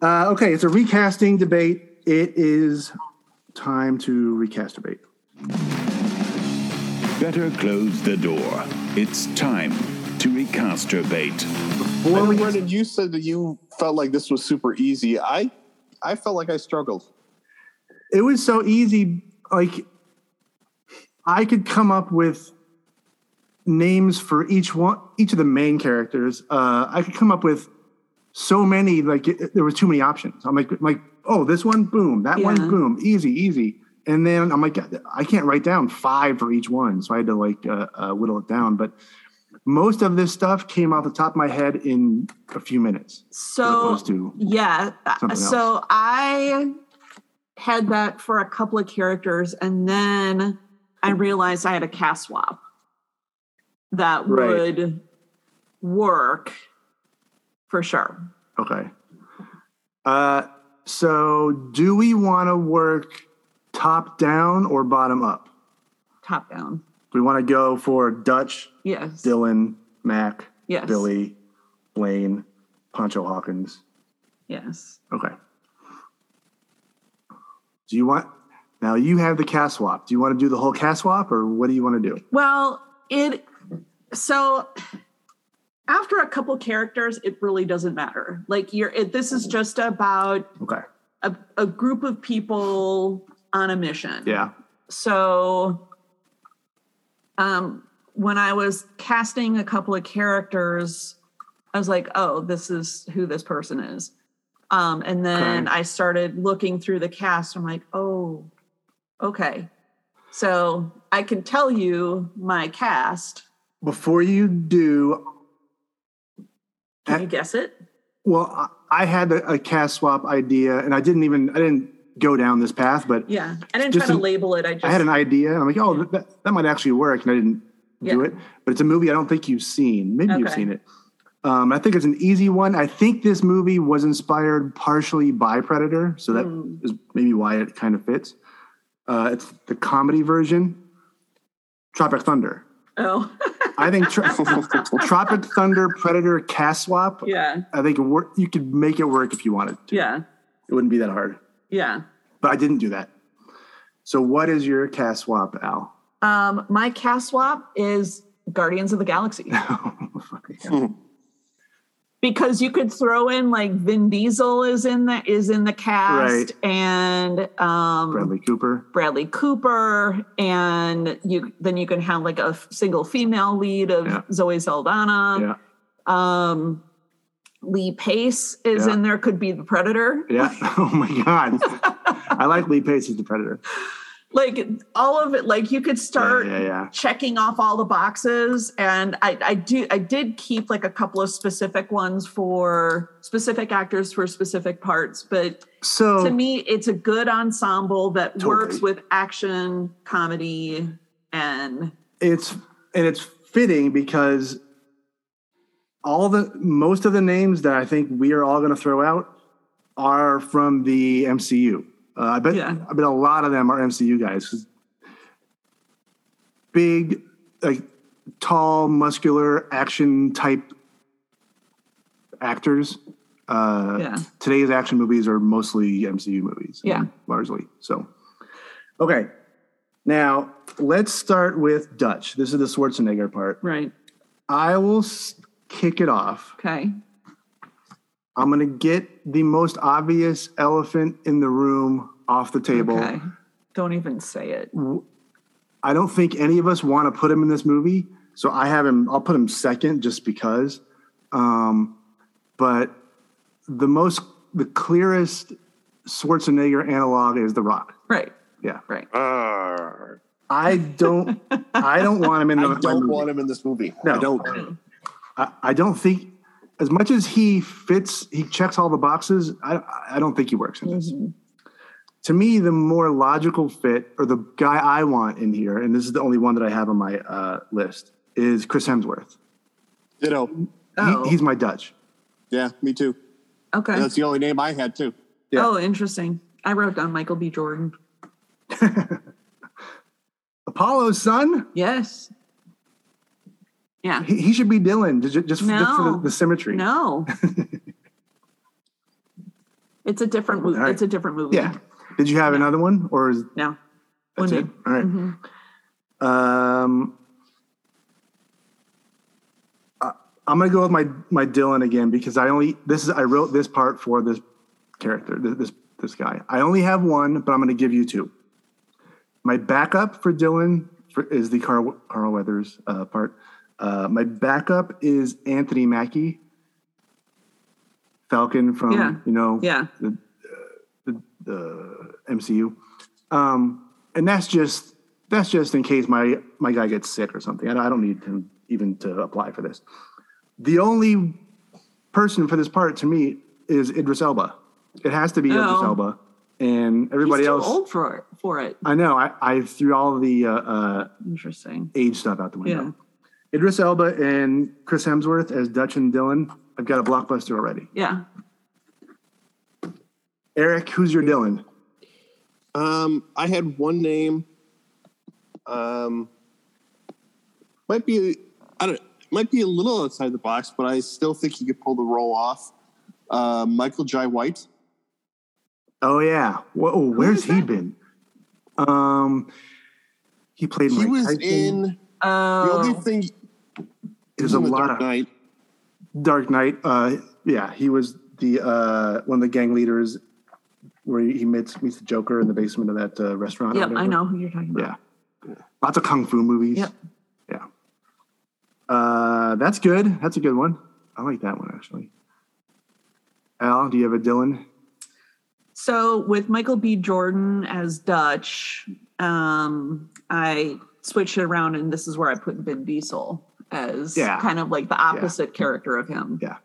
Uh, okay, it's a recasting debate. It is time to recasturbate.
Better close the door. It's time to recasturbate.
Before we,
Brendan, you said that you felt like this was super easy. I I felt like I struggled.
it was so easy. Like I could come up with names for each one, each of the main characters. Uh, I could come up with so many. Like it, it- there was too many options. I'm like, I'm like, oh, this one, boom, that
Yeah.
one, boom, easy, easy. And then I'm like, I can't write down five for each one, so I had to like uh, uh, whittle it down. But most of this stuff came off the top of my head in a few minutes.
So,
opposed to
yeah. uh,
something else.
So I had that for a couple of characters, and then I realized I had a cast swap. that
Right.
would work for sure.
Okay. Uh, so do we want to work top down or bottom up?
Top down.
Do we want to go for Dutch,
Yes.
Dylan, Mac,
Yes.
Billy, Blaine, Poncho Hawkins?
Yes.
Okay. Do you want now? You have the cast swap. Do you want to do the whole cast swap, or what do you want to do?
Well, it so after a couple characters, it really doesn't matter. Like you're it, this is just about
Okay.
a, a group of people on a mission.
Yeah.
So um when I was casting a couple of characters, I was like, oh, this is who this person is. Um, and then I started looking through the cast. I'm like, oh, okay. So I can tell you my cast.
Before you do,
Can
Eh.
you guess it?
well, I, I had a, a cast swap idea, and I didn't even I didn't go down this path, but
Yeah. I didn't
Just
try to
an-
label it. I just
I had an idea. and I'm like, oh, that, that might actually work, and I didn't do
Yeah.
it. But it's a movie I don't think you've seen. Maybe you've
Okay.
seen it. Um, I think it's an easy one. I think this movie was inspired partially by Predator, so that is
Hmm.
maybe why it kind of fits. Uh, it's the comedy version, Tropic Thunder.
Oh,
I think Tro- Tropic Thunder Predator cast swap.
yeah.
I think it wor- you could make it work if you wanted.
Yeah.
It wouldn't be that hard.
Yeah.
But I didn't do that. So what is your cast swap, Al?
Um, my cast swap is Guardians of the Galaxy. because you could throw in like Vin Diesel is in the is in the cast and um Bradley.
Bradley Cooper.
Cooper and you then you can have like a f- single female lead of
Yeah.
Zoe
Yeah.
Saldana. Um Lee Pace is
Yeah.
in there could be the Predator.
Yeah. Oh my God. I like Lee Pace as the Predator.
Like all of it like you could start
Yeah, yeah, yeah.
checking off all the boxes and I, I do i did keep like a couple of specific ones for specific actors for specific parts but
So
to me it's a good ensemble that
Oh. Totally.
works with action comedy and
it's and it's fitting because all the most of the names that I think we are all going to throw out are from the MCU. Uh, I bet
Yeah.
I bet a lot of them are MCU guys. 'cause Big, like tall, muscular, action type actors. Uh,
yeah
today's action movies are mostly MCU movies.
Yeah.
Largely. So, okay. Now, let's start with Dutch. This is the Schwarzenegger part.
right
I will s- kick it off.
okay
I'm going to get the most obvious elephant in the room off the table.
okay don't even say it
Mm. I don't think any of us want to put him in this movie. So I have him, I'll put him second just because. Um, but the most, the clearest Schwarzenegger analog is The Rock.
right
Yeah. Uh,
right
Arr.
I don't. I don't want him in.
I
my
don't
movie.
want him in this movie.
No.
I don't.
I, I don't think. As much as he fits, he checks all the boxes. I, I don't think he works in this.
Mm-hmm.
To me, the more logical fit, or the guy I want in here, and this is the only one that I have on my uh, list, is Chris Hemsworth.
You know.
oh
He, he's my Dutch.
Yeah, me too.
okay
That's the only name I had too.
yeah.
oh interesting i wrote down michael b jordan
Apollo's son.
yes yeah
He, he should be Dylan ju- ju- just, for- just for
No.
the, the symmetry.
No. it's a different movie.
All right.
It's a different movie.
Yeah. Did you have another one, or is
No.
That's
One
it?
day.
All right.
Mm-hmm.
Um, I- I'm gonna go with my my Dylan again because I only this is I wrote this part for this character th- this this guy. I only have one, but I'm gonna give you two. My backup for Dylan for, is the Carl Carl Weathers uh, part. Uh, my backup is Anthony Mackie, Falcon from
Yeah.
you know
Yeah.
the MCU. Um, and that's just that's just in case my my guy gets sick or something. I don't, I don't need him even to apply for this. The only person for this part to me is Idris Elba. It has to be Idris
Oh.
Elba, and everybody
He's too
else.
old for it. For it.
I know. I, I threw all the uh, uh,
Interesting.
age stuff out the window.
Yeah.
Idris Elba and Chris Hemsworth as Dutch and Dylan. I've got a blockbuster already.
Yeah.
Eric, who's your Dylan?
Um, I had one name. Um, might be I don't might be a little outside the box, but I still think he could pull the role off. Uh, Michael Jai White.
Oh yeah. Whoa, where's he been? Um, he played.
He
Mike
was
Tyson.
in the
Oh,
only thing.
There's
he
a
was in The
lot
Dark
of
Knight.
Dark Knight. Uh, yeah, he was the uh, one of the gang leaders where he meets meets the Joker in the basement of that uh, restaurant. or
yep. I
whatever.
know who you're talking about.
Yeah. Lots of kung fu movies.
Yep.
Yeah. Uh, that's good. That's a good one. I like that one actually. Al, do you have a Dylan?
So with Michael B. Jordan as Dutch, um, I switched it around, and this is where I put Vin Diesel as
Yeah.
kind of like the opposite character of him.
Yeah.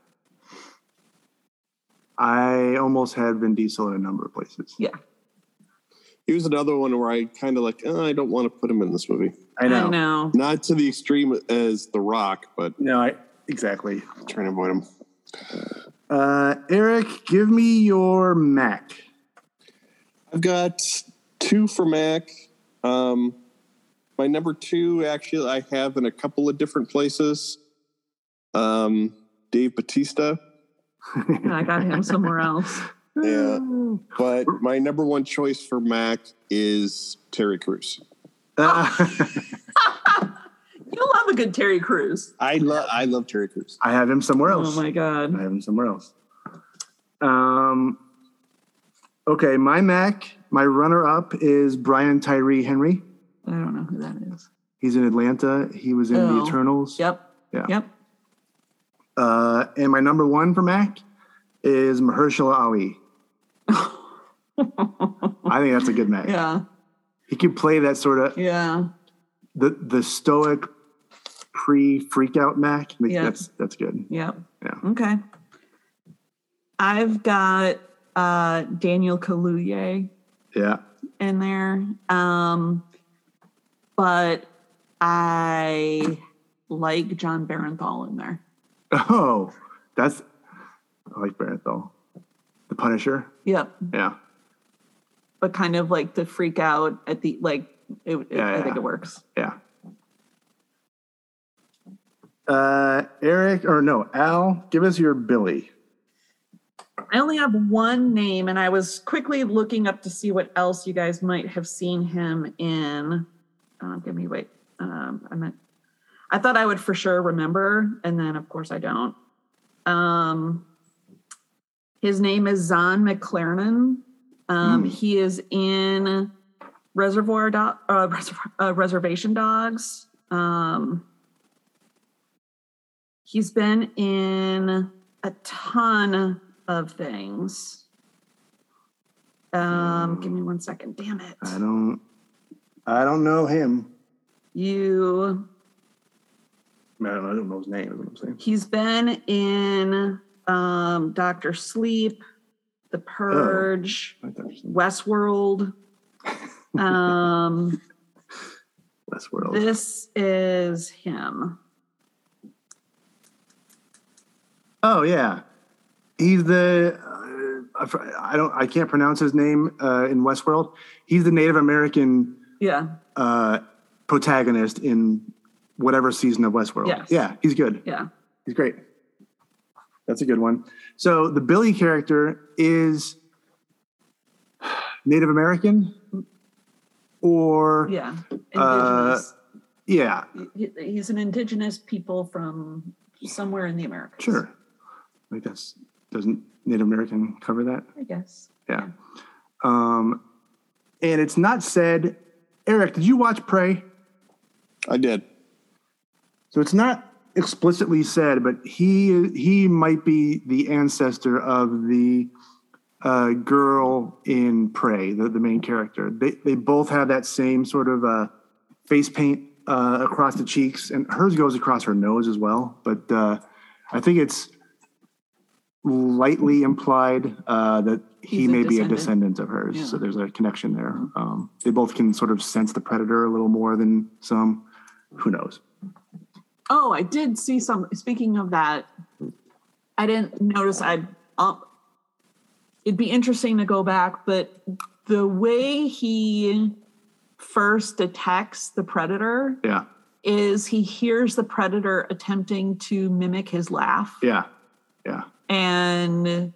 I almost had Vin Diesel in a number of places.
Yeah,
He was another one where I kind of like. "Uh, I don't want to put him in this movie.
I know.
I know.
Not to the extreme as The Rock, but
No, I, exactly.
trying to avoid him.
Uh, Eric, give me your Mac.
I've got two for Mac. Um, my number two, actually, I have in a couple of different places. Um, Dave Batista.
And I got him somewhere else.
Yeah. But my number one choice for Mac is Terry Crews.
Uh,
You love a good Terry Crews.
I love I love Terry Crews.
I have him somewhere else.
Oh my
I
god.
have him somewhere else. Um, okay, my Mac, my runner up is Brian Tyree Henry.
I don't know who that is.
He's in Atlanta. He was in The
Oh,
Eternals.
Yep.
Yeah.
Yep.
Uh, and my number one for Mac is Mahershala Ali. I think that's a good Mac.
Yeah.
He could play that sort of
Yeah.
the the stoic pre freak out Mac. I think
Yeah.
That's that's good.
Yep.
Yeah.
Okay. I've got uh, Daniel Kaluuya
Yeah.
in there, um, but I like John Barenthal in there.
Oh, that's I like Barenthal. The Punisher.
Yep.
Yeah.
But kind of like the freak out at the like. It, it-
Yeah,
I
yeah.
think it works.
Yeah. Uh, Eric or no, Al, give us your Billy.
I only have one name, and I was quickly looking up to see what else you guys might have seen him in. Um, give me wait. Um, I meant I thought I would for sure remember, and then of course I don't. Um, his name is Zon McLaren.
Hmm.
Um, He is in Reservoir Do- uh, Reservoir- uh, Reservation Dogs. Um, he's been in a ton of things. Um, give me one second. Damn it.
Hmm. I don't I don't know him.
You
I don't know, I don't know his name, is what I'm saying.
he's been in um Doctor Sleep, The Purge,
I thought it was
Westworld. Um
Westworld.
this is him.
Oh yeah, he's the uh, I fr- I don't I can't pronounce his name uh, in Westworld. He's the Native American
Yeah.
uh, protagonist in whatever season of Westworld.
Yes.
Yeah, he's good.
Yeah.
He's great. That's a good one. So the Billy character is Native American, or
Yeah.
Uh,
Indigenous.
yeah,
He- he's an indigenous people from somewhere in the Americas.
sure. Like that's doesn't Native American cover that?
I guess.
Yeah. Um, and it's not said. Eric, did you watch Prey?
I did.
So it's not explicitly said, but he he might be the ancestor of the uh, girl in Prey, the, the main character. They they both have that same sort of uh, face paint uh, across the cheeks, and hers goes across her nose as well. But uh, I think it's lightly implied uh, that he
He's a
may be a
descendant.
descendant of hers.
Yeah. Mm-hmm.
So there's a connection there. Um, they both can sort of sense the predator a little more than some. Who knows?
Oh, I did see some. Speaking of that, I didn't notice. I um, it'd be interesting to go back, but the way he first detects the predator
Yeah.
is he hears the predator attempting to mimic his laugh,
Yeah. Yeah.
and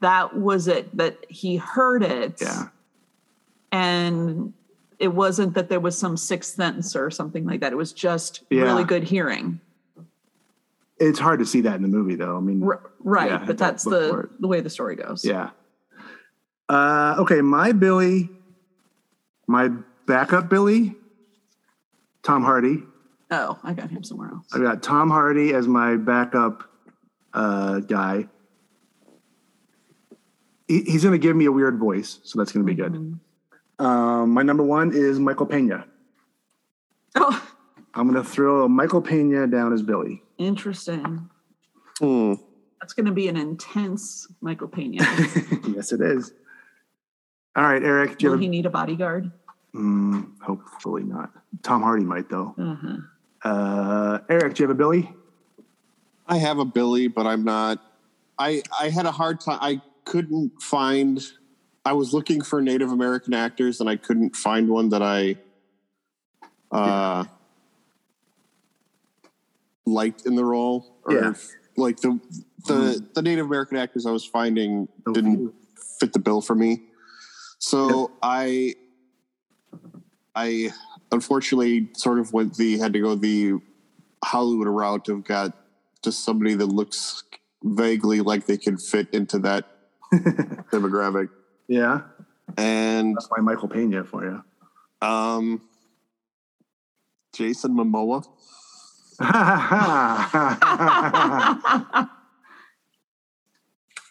that was it. That he heard it.
Yeah.
and it wasn't that there was some sixth sentence or something like that. It was just
Yeah.
really good hearing.
It's hard to see that in the movie, though. I mean,
R- right.
Yeah,
but that's
look for
the,
it.
the way the story goes.
Yeah. Uh, okay, my Billy, my backup Billy, Tom Hardy.
Oh, I got him somewhere else.
I've got Tom Hardy as my backup uh, guy. He- he's going to give me a weird voice, so that's going to be good. Um, my number one is Michael Pena.
Oh,
I'm going to throw Michael Pena down as Billy.
interesting.
Hmm.
That's going to be an intense Michael Pena.
yes, it is. All right, Eric, do you
Will
have a,
he need a bodyguard?
Mm, hopefully not. Tom Hardy might, though.
Uh-huh.
Uh, Eric, do you have a Billy?
I have a Billy, but I'm not. I I had a hard time. I couldn't find. I was looking for Native American actors, and I couldn't find one that I uh, liked in the role. Or
Yeah.
Like the the the Native American actors I was finding
Oh,
didn't fit the bill for me. So I I unfortunately sort of went the had to go the Hollywood route of got just somebody that looks vaguely like they could fit into that demographic.
Yeah,
And
that's my Michael Pena for you.
um Jason Momoa.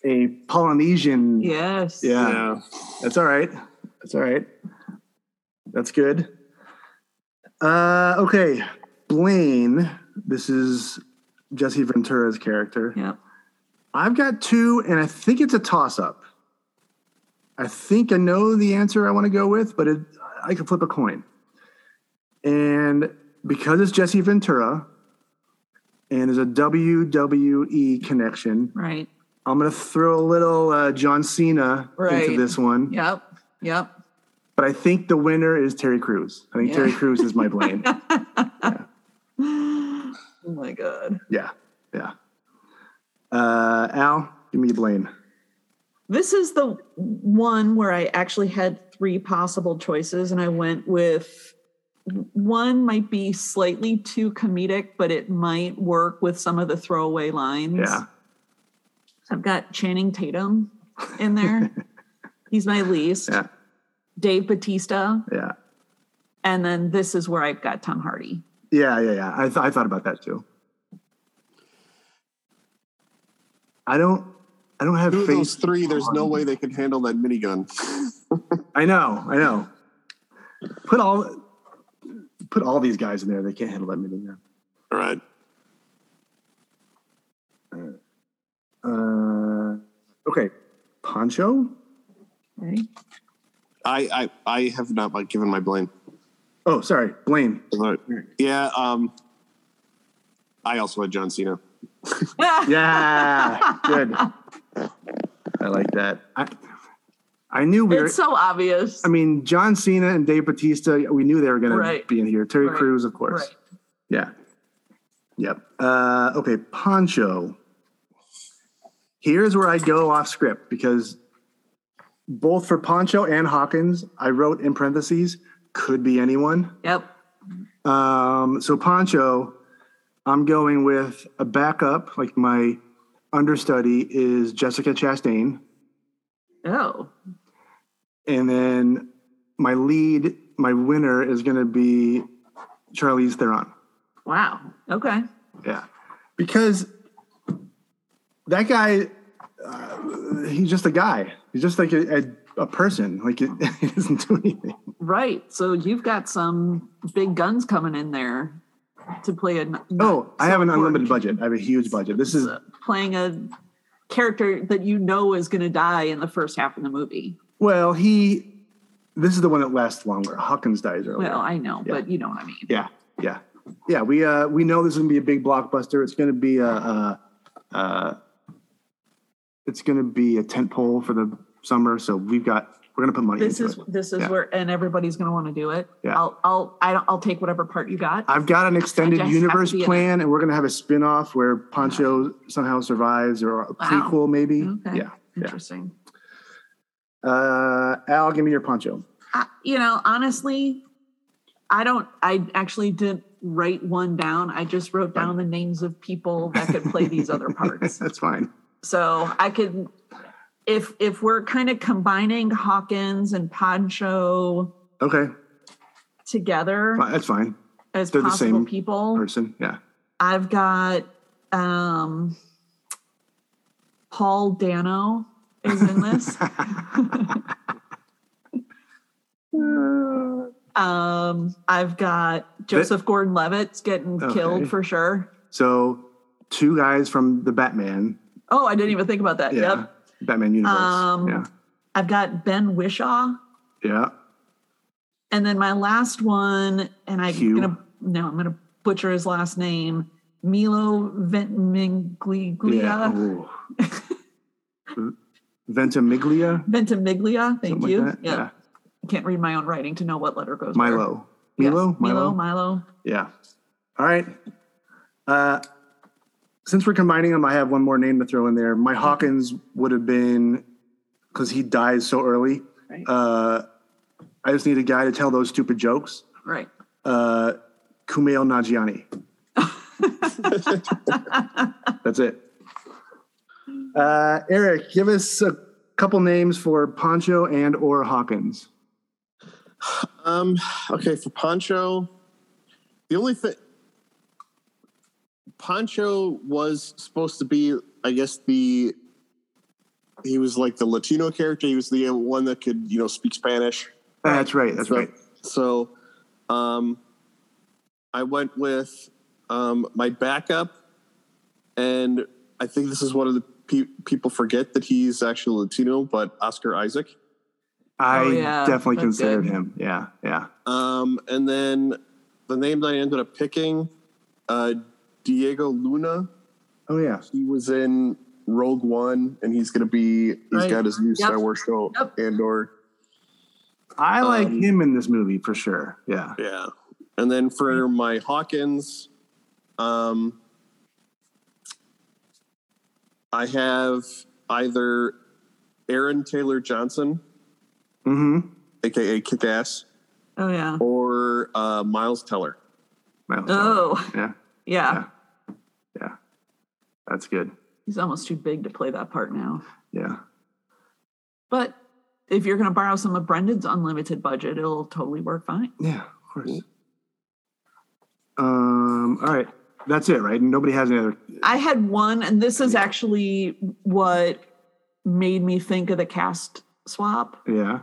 a Polynesian.
yes.
Yeah. That's all right. That's all right. That's good. Uh, okay. Blaine, this is Jesse Ventura's character.
Yep.
I've got two, and I think it's a toss up. I think I know the answer I want to go with, but it, I can flip a coin. And because it's Jesse Ventura and there's a WWE connection,
Right.
I'm going to throw a little uh, John Cena into
Right.
this one.
Yep. Yep.
But I think the winner is Terry Crews. I think
Yeah.
Terry Crews is my blame.
Oh my God.
yeah. Yeah. Uh, Al, give me Blaine.
This is the one where I actually had three possible choices, and I went with one might be slightly too comedic, but it might work with some of the throwaway lines.
Yeah.
I've got Channing Tatum in there. He's my least.
Yeah.
Dave Batista.
Yeah.
And then this is where I've got Tom Hardy.
Yeah, yeah, yeah. I, th- I thought about that too. I don't. I don't have
Two of those
faith.
three, there's no way they could handle that minigun.
I know. I know. Put all. Put all these guys in there. They can't handle that many. now.
All right.
Uh, okay. Poncho.
Okay.
I, I I have not like, given my blame.
Oh, sorry, Blaine.
Yeah, um I also had John Cena.
Yeah, good. I like that. I, I knew we were.
It's so obvious.
I mean, John Cena and Dave Batista. We knew they were going to
Right.
be in here. Terry
Right.
Crews, of course.
right.
Yeah. Yep. Uh, okay, Poncho. Here's where I go off script because both for Poncho and Hawkins, I wrote in parentheses could be anyone.
Yep.
Um, so Poncho, I'm going with a backup. Like my understudy is Jessica Chastain,
Oh,
and then my lead, my winner is going to be Charlize Theron.
wow. Okay.
Yeah, because that guy, uh, he's just a guy. He's just like a, a, a person. Like it, he doesn't do anything.
Right. So you've got some big guns coming in there to play a
Oh, I have an
important.
unlimited budget. I have a huge budget. This is
playing a character that you know is going to die in the first half of the movie.
well, he. This is the one that lasts longer. Hawkins dies earlier.
Well, I know, but you know what I mean.
yeah, yeah. yeah, we uh, we know this is gonna be a big blockbuster. It's gonna be a, a, a it's gonna be a tent pole for the summer. So we've got we're gonna put money.
This
into
is
it.
this is
Yeah.
where and everybody's going to want to do it.
Yeah.
I'll I'll I don't, I'll take whatever part you got.
I've got an extended
just have to
universe
be in it.
plan, and we're gonna have a spin off where Poncho somehow survives or a
Wow.
prequel maybe.
Okay.
Yeah, yeah.
Interesting.
Uh, Al, give me your Poncho.
I, you know, honestly, I don't. I actually didn't write one down. I just wrote down the names of people that could play these other parts.
That's fine.
So I could, if if we're kind of combining Hawkins and Poncho
Okay,
together
fine. that's fine.
as
They're the
possible
same
people,
Person, yeah.
I've got um, Paul Dano is in this. um, I've got Joseph Gordon-Levitt's getting
Okay.
killed for sure.
So two guys from the Batman,
Oh, I didn't even think about that.
yeah,
Yep.
Batman universe,
Um,
yeah,
I've got Ben Wishaw,
yeah.
and then my last one, and I'm
Hugh.
gonna no, I'm gonna butcher his last name, Milo Ventimiglia.
Yeah. ooh. Ventimiglia.
Ventimiglia. Thank
something
you.
Like that?
yeah. I can't read my own writing to know what letter goes where.
Milo.
Yes,
Milo?
Milo, Milo.
Yeah. All right. Uh, since we're combining them, I have one more name to throw in there.
Mm-hmm.
My Hawkins would have been because he dies so early. Uh, I just need a guy to tell those stupid jokes.
Right.
Uh, Kumail Nagiani. That's it. Uh, Eric, give us a couple names for Poncho and or Hawkins.
Um, okay, for Poncho, the only thing Poncho was supposed to be, I guess the he was like the Latino character. He was the one that could, you know, speak Spanish.
That's right. Oh, That's
so,
right.
So, um, I went with um, my backup, and I think this is one of the pe- people forget that he's actually Latino, but Oscar Isaac.
I
Oh, yeah,
definitely
that's
considered
good.
him. Yeah, yeah.
Um, and then the name that I ended up picking, uh, Diego Luna.
Oh yeah.
He was in Rogue One, and he's going to be. He's
Right.
got his new Star
Yep.
Wars show,
Yep.
Andor.
I like
Um,
him in this movie for sure. Yeah.
Yeah. And then for my Hawkins, um, I have either Aaron Taylor Johnson,
Mm-hmm.
aka Kick Ass,
Oh yeah.
or uh, Miles Teller.
Miles Teller.
Oh
Yeah,
yeah.
Yeah. that's good.
He's almost too big to play that part now.
Yeah.
But if you're going to borrow some of Brendan's unlimited budget, it'll totally work fine.
Yeah, of course. Um, all right. That's it, right? Nobody has any other
I had one, and this is actually what made me think of the cast swap
Yeah.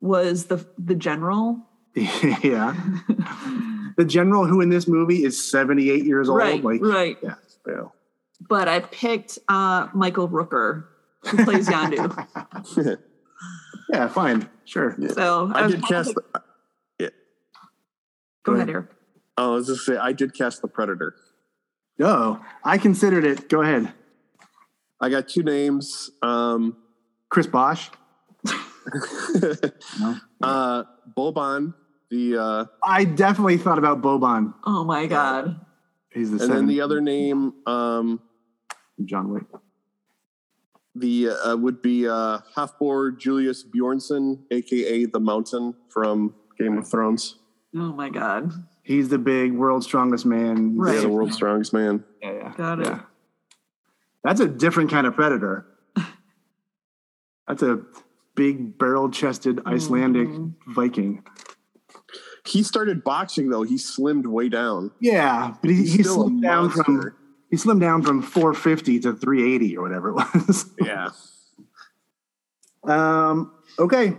was the the general
yeah. The general who in this movie is 78 years old.
right
Oh, like
right
yeah. yeah.
but i picked uh michael rooker who plays yandu
Yeah, fine. Sure.
so
I
was
did
kinda
cast.
like-
The,
go ahead eric
oh, I was just say I did cast the Predator.
Oh, I considered it. Go ahead.
I got two names. Um,
Chris Bosch.
uh, Boban, the uh,
I definitely thought about Boban.
oh my god
He's the
and then
seven.
the uh, other name um,
John Wick.
the uh, would be uh, Halfbor Julius Bjornsson, aka the Mountain from Game of Thrones.
oh my god
He's the big world's strongest man.
Right.
Yeah, the world's strongest man.
Yeah, yeah.
Got it.
Yeah. That's a different kind of predator. That's a big barrel chested
Mm-hmm.
Icelandic Viking.
He started boxing though. He slimmed way down.
Yeah, but he,
He's
he
still a
slimmed down from
monster.
he slimmed down from 450 to 380 or whatever it was.
Yeah.
Um, okay.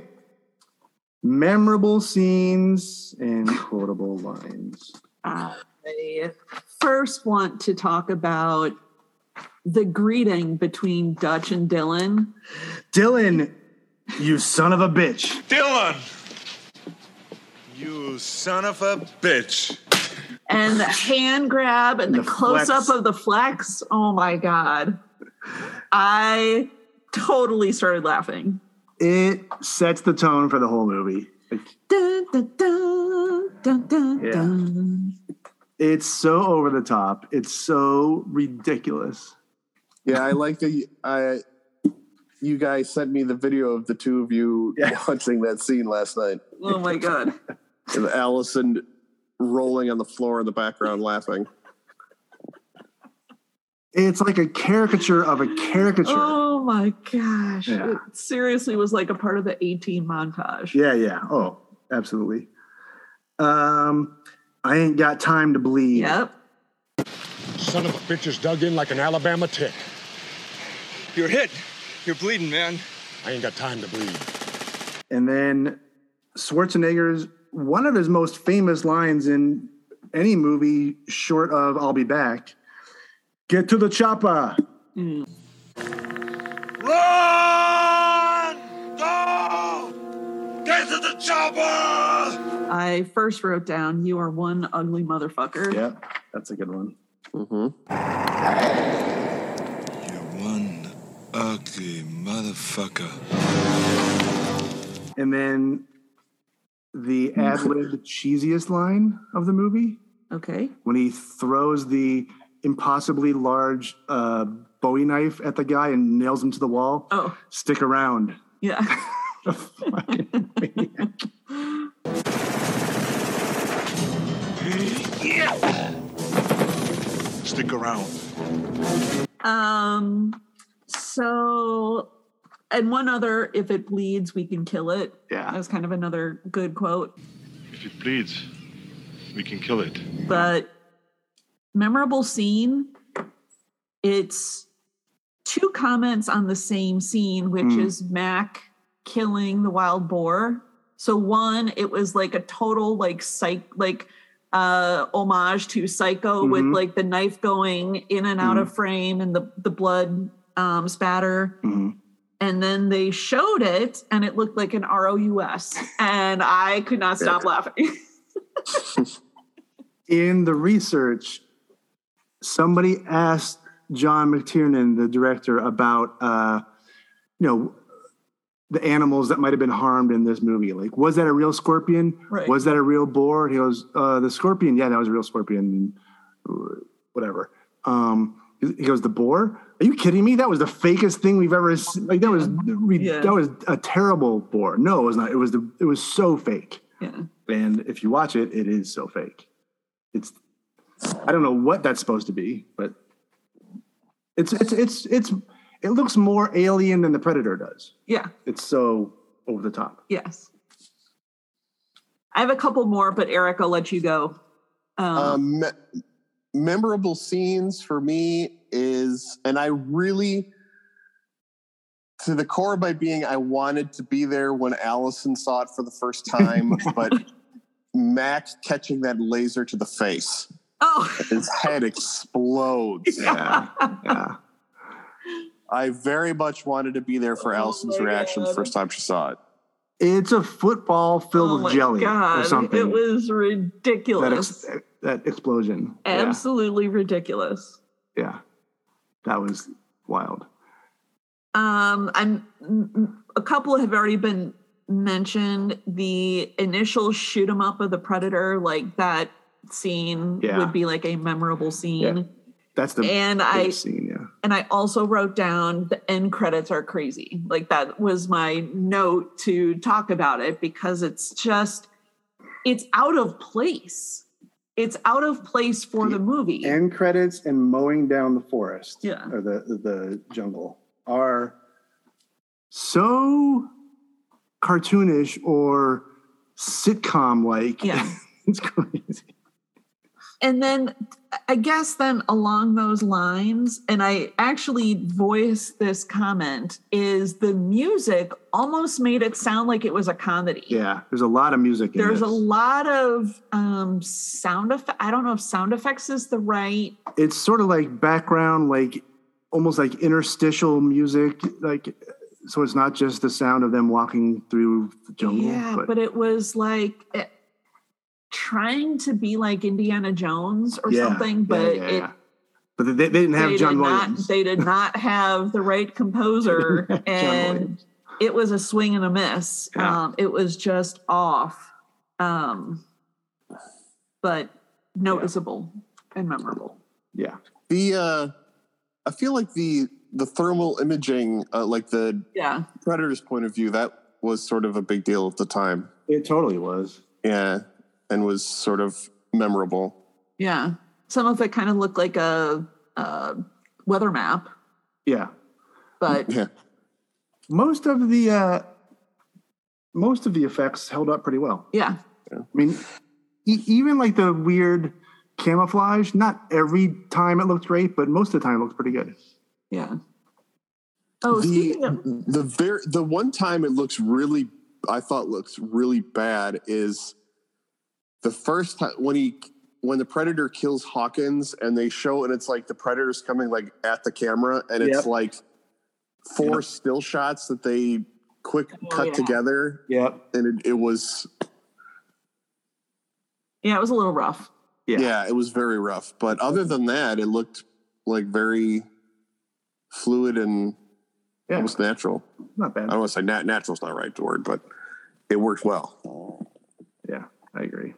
Memorable scenes and quotable lines.
I first want to talk about the greeting between Dutch and Dylan.
Dylan, you son of a bitch.
Dylan! You son of a bitch.
and the hand grab and the, close up of the flex. Oh my god. I totally started laughing.
It sets the tone for the whole movie.
Dun, dun, dun, dun, dun,
Yeah.
dun.
It's so over the top. It's so ridiculous.
Yeah, I like the I. You guys sent me the video of the two of you watching that scene last night,
Oh my god.
and Allison rolling on the floor in the background laughing.
It's like a caricature of a caricature.
Oh my gosh.
Yeah.
It seriously was like a part of the 18 montage.
Yeah, yeah. Oh, absolutely. Um, I ain't got time to bleed.
Yep.
Son of a bitch is dug in like an Alabama tick. You're hit. You're bleeding, man. I ain't got time to bleed.
And then Schwarzenegger's one of his most famous lines in any movie, short of "I'll be back." Get to the chopper.
Run! Go! Get to the chopper!
I first wrote down, You are one ugly motherfucker.
Yeah, that's a good one.
One ugly motherfucker.
And then the ad lib cheesiest line of the movie
Okay.
when he throws the impossibly large uh, Bowie knife at the guy and nails him to the wall.
Oh.
Stick around.
Yeah.
Stick around.
Um, so, and one other, if it bleeds, we can kill it.
Yeah.
That's kind of another good quote.
If it bleeds, we can kill it.
But memorable scene, it's two comments on the same scene, which
Mm.
is Mac killing the wild boar. So one, it was like a total like psych like uh homage to psycho with
Mhm.
like the knife going in and out of frame and the the blood um spatter. and then they showed it and it looked like an ROUS and I could not stop laughing.
in the research, somebody asked John McTiernan, the director, about uh, you know the animals that might have been harmed in this movie. Like, was that a real scorpion?
Right.
Was that a real boar? And He goes, uh, the scorpion. Yeah, that was a real scorpion. Whatever. Um, he goes, the boar. Are you kidding me? That was the fakest thing we've ever seen. Like that was re-
Yeah.
that was a terrible boar. No, it was not. It was the it was so fake.
Yeah.
And if you watch it, it is so fake. It's I don't know what that's supposed to be, but it's it's it's it's it looks more alien than the predator does.
Yeah.
It's so over the top.
Yes. I have a couple more, but Eric, I'll let you go. Um,
Um, me- memorable scenes for me is, and I really, to the core of my being, I wanted to be there when Allison saw it for the first time, but Mac catching that laser to the face.
Oh,
his head explodes.
Yeah.
I very much wanted to be there for Allison's reaction the first time she saw it.
It's a football filled
oh
with
my
jelly
God.
or something.
It was
that,
ridiculous.
ex- that explosion. Yeah.
Absolutely ridiculous.
yeah. That was wild.
Um, I'm m- m- a couple have already been mentioned. The initial shoot 'em up of the predator, like that scene,
Yeah.
would be like a memorable scene.
Yeah. That's the
And
big
I-
scene, yeah.
And I also wrote down the end credits are crazy. Like that was my note to talk about it because it's just it's out of place. It's out of place for the movie.
End credits and mowing down the forest.
Yeah.
Or the the jungle are so cartoonish or sitcom like.
Yeah.
it's crazy.
and then I guess then along those lines, and I actually voiced this comment is the music almost made it sound like it was a comedy.
Yeah. There's a lot of music in
There's a
this.
lot of um, sound effect. I don't know if sound effects is the right
it's sort of like background, like almost like interstitial music, like so it's not just the sound of them walking through the jungle.
Yeah, but, it was like eh, trying to be like Indiana Jones or
Yeah,
something,
yeah,
but
yeah,
it
yeah. But they, they didn't have
they
John
did
Williams.
Not, they did not have the right composer,
John
and it was a swing and a miss.
Yeah.
Um, it was just off, um, but noticeable and memorable.
Yeah.
The uh, I feel like the the thermal imaging, uh, like the
Yeah,
Predator's point of view, that was sort of a big deal at the time.
It totally was.
Yeah, and was sort of memorable.
yeah. Some of it kind of looked like a, a weather map,
Yeah.
but
Yeah.
Most of the uh, most of the effects held up pretty well.
yeah,
I mean, e- even like the weird camouflage. Not every time it looked great, but most of the time it looked pretty good.
yeah. Oh,
the
speaking of
the very the one time it looks really, I thought looks really bad is the first time when he when the predator kills Hawkins and they show and it's like the predator's coming like at the camera and
Yep.
it's like four still shots that they quick cut
Oh, yeah.
together.
Yep.
and it, it was
yeah, it was a little rough.
yeah. it was very rough. But other than that, it looked like very fluid and
Yeah.
almost natural.
Not
I
bad.
don't want to say nat- natural's not the right word, but it worked well.
Yeah, I agree.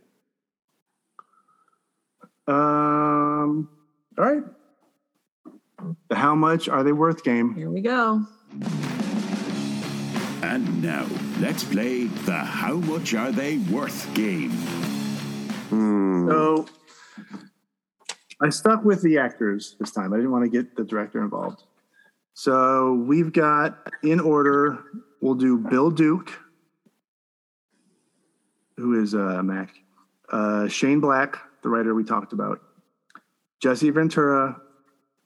Um. All right. The how much are they worth game?
Here we go.
And now, let's play the How Much Are They Worth game.
So I stuck with the actors this time. I didn't want to get the director involved. So we've got in order. We'll do Bill Duke, who is uh, Mac, uh, Shane Black, the writer we talked about, Jesse Ventura,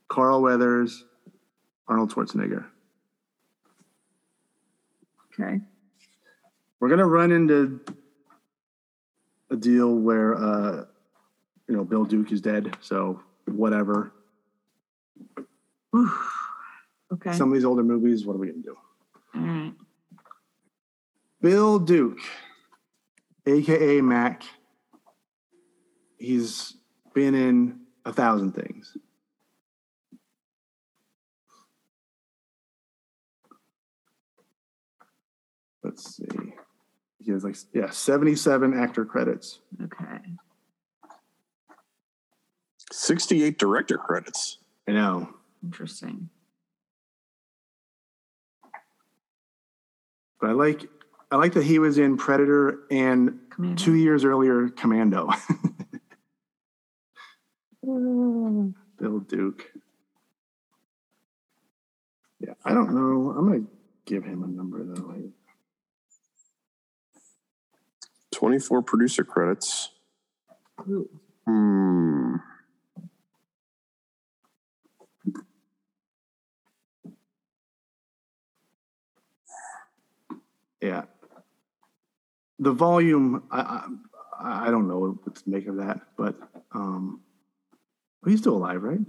Carl Weathers, Arnold Schwarzenegger.
Okay.
we're gonna run into a deal where uh you know Bill Duke is dead, so whatever.
Okay.
Some of these older movies, what are we gonna do?
All right.
Bill Duke, aka Mac. He's been in a thousand things. Let's see. He has like yeah, 77 actor credits.
Okay.
Sixty-eight director credits.
I know.
Interesting.
But I like I like that he was in Predator and two years earlier Commando. Bill Duke. Yeah, I don't know. I'm gonna give him a number though.
Twenty-four producer credits.
Ooh.
Hmm.
Yeah. The volume, I I, I don't know what to make of that, but um, he's still alive, right?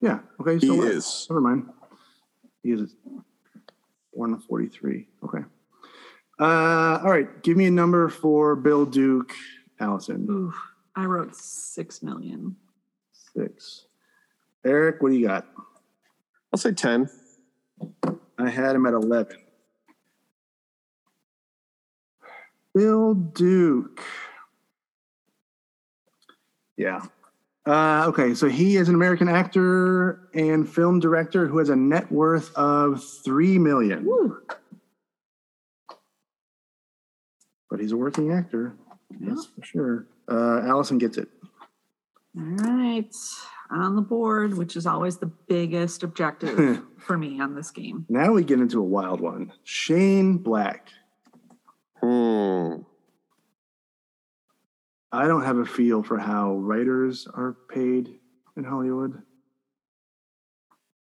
Yeah. Okay. He's still
He
alive.
is.
Never mind. He is born in '43. Okay. Uh, all right. Give me a number for Bill Duke, Allison.
Ooh, I wrote six million.
Six. Eric, what do you got?
I'll say ten.
I had him at 11. Bill Duke. Yeah. Uh, okay, so he is an American actor and film director who has a net worth of three million. But he's a working actor, that's for sure. Uh, Allison gets it.
All right. On the board, which is always the biggest objective for me on this game.
Now we get into a wild one. Shane Black.
Hmm.
I don't have a feel for how writers are paid in Hollywood.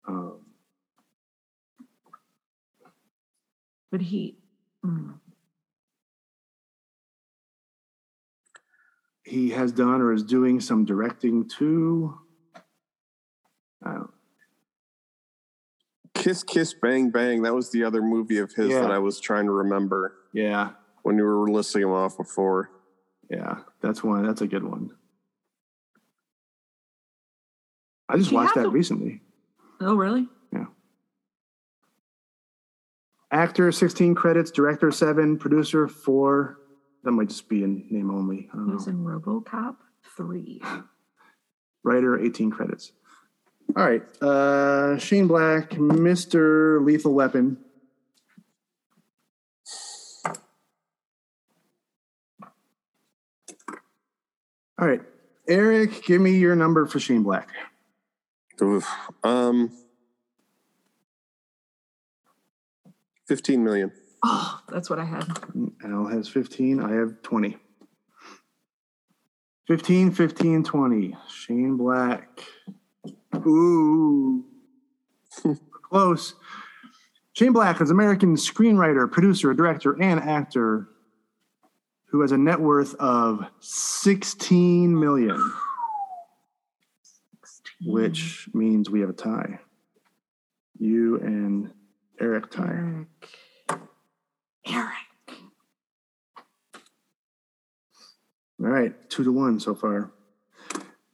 Um,
But he, mm,
he has done or is doing some directing too. I don't,
Kiss Kiss Bang Bang. That was the other movie of his
Yeah.
that I was trying to remember
yeah,
when you were listing them off before.
Yeah, that's one. That's a good one. I just
She
watched
has
that
a-
recently.
Oh, really?
Actor, 16 credits. Director, 7. Producer, 4. That might just be in name only. I don't
He was
know.
in RoboCop three.
Writer, 18 credits. All right. Uh, Shane Black, Mr. Lethal Weapon. All right. Eric, give me your number for Shane Black.
Oof. Um, 15 million.
Oh, that's what I had.
Al has 15. I have 20. 15, 15, 20. Shane Black. Ooh. Close. Shane Black is an American screenwriter, producer, director, and actor who has a net worth of 16 million, which means we have a tie. You and Eric tie.
Eric.
All right, two to one so far.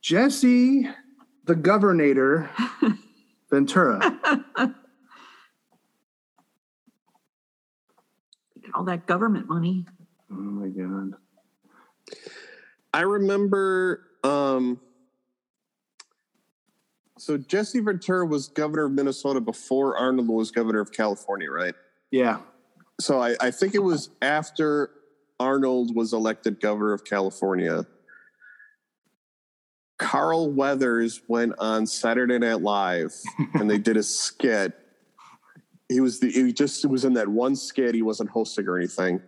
Jesse, the Governor, Ventura.
All that government money.
Oh my god!
I remember. Um, so Jesse Ventura was governor of Minnesota before Arnold was governor of California, right?
Yeah,
So I, I think it was after Arnold was elected governor of California. Carl Weathers went on Saturday Night Live and they did a skit. He was the he just was in that one skit. He wasn't hosting or anything,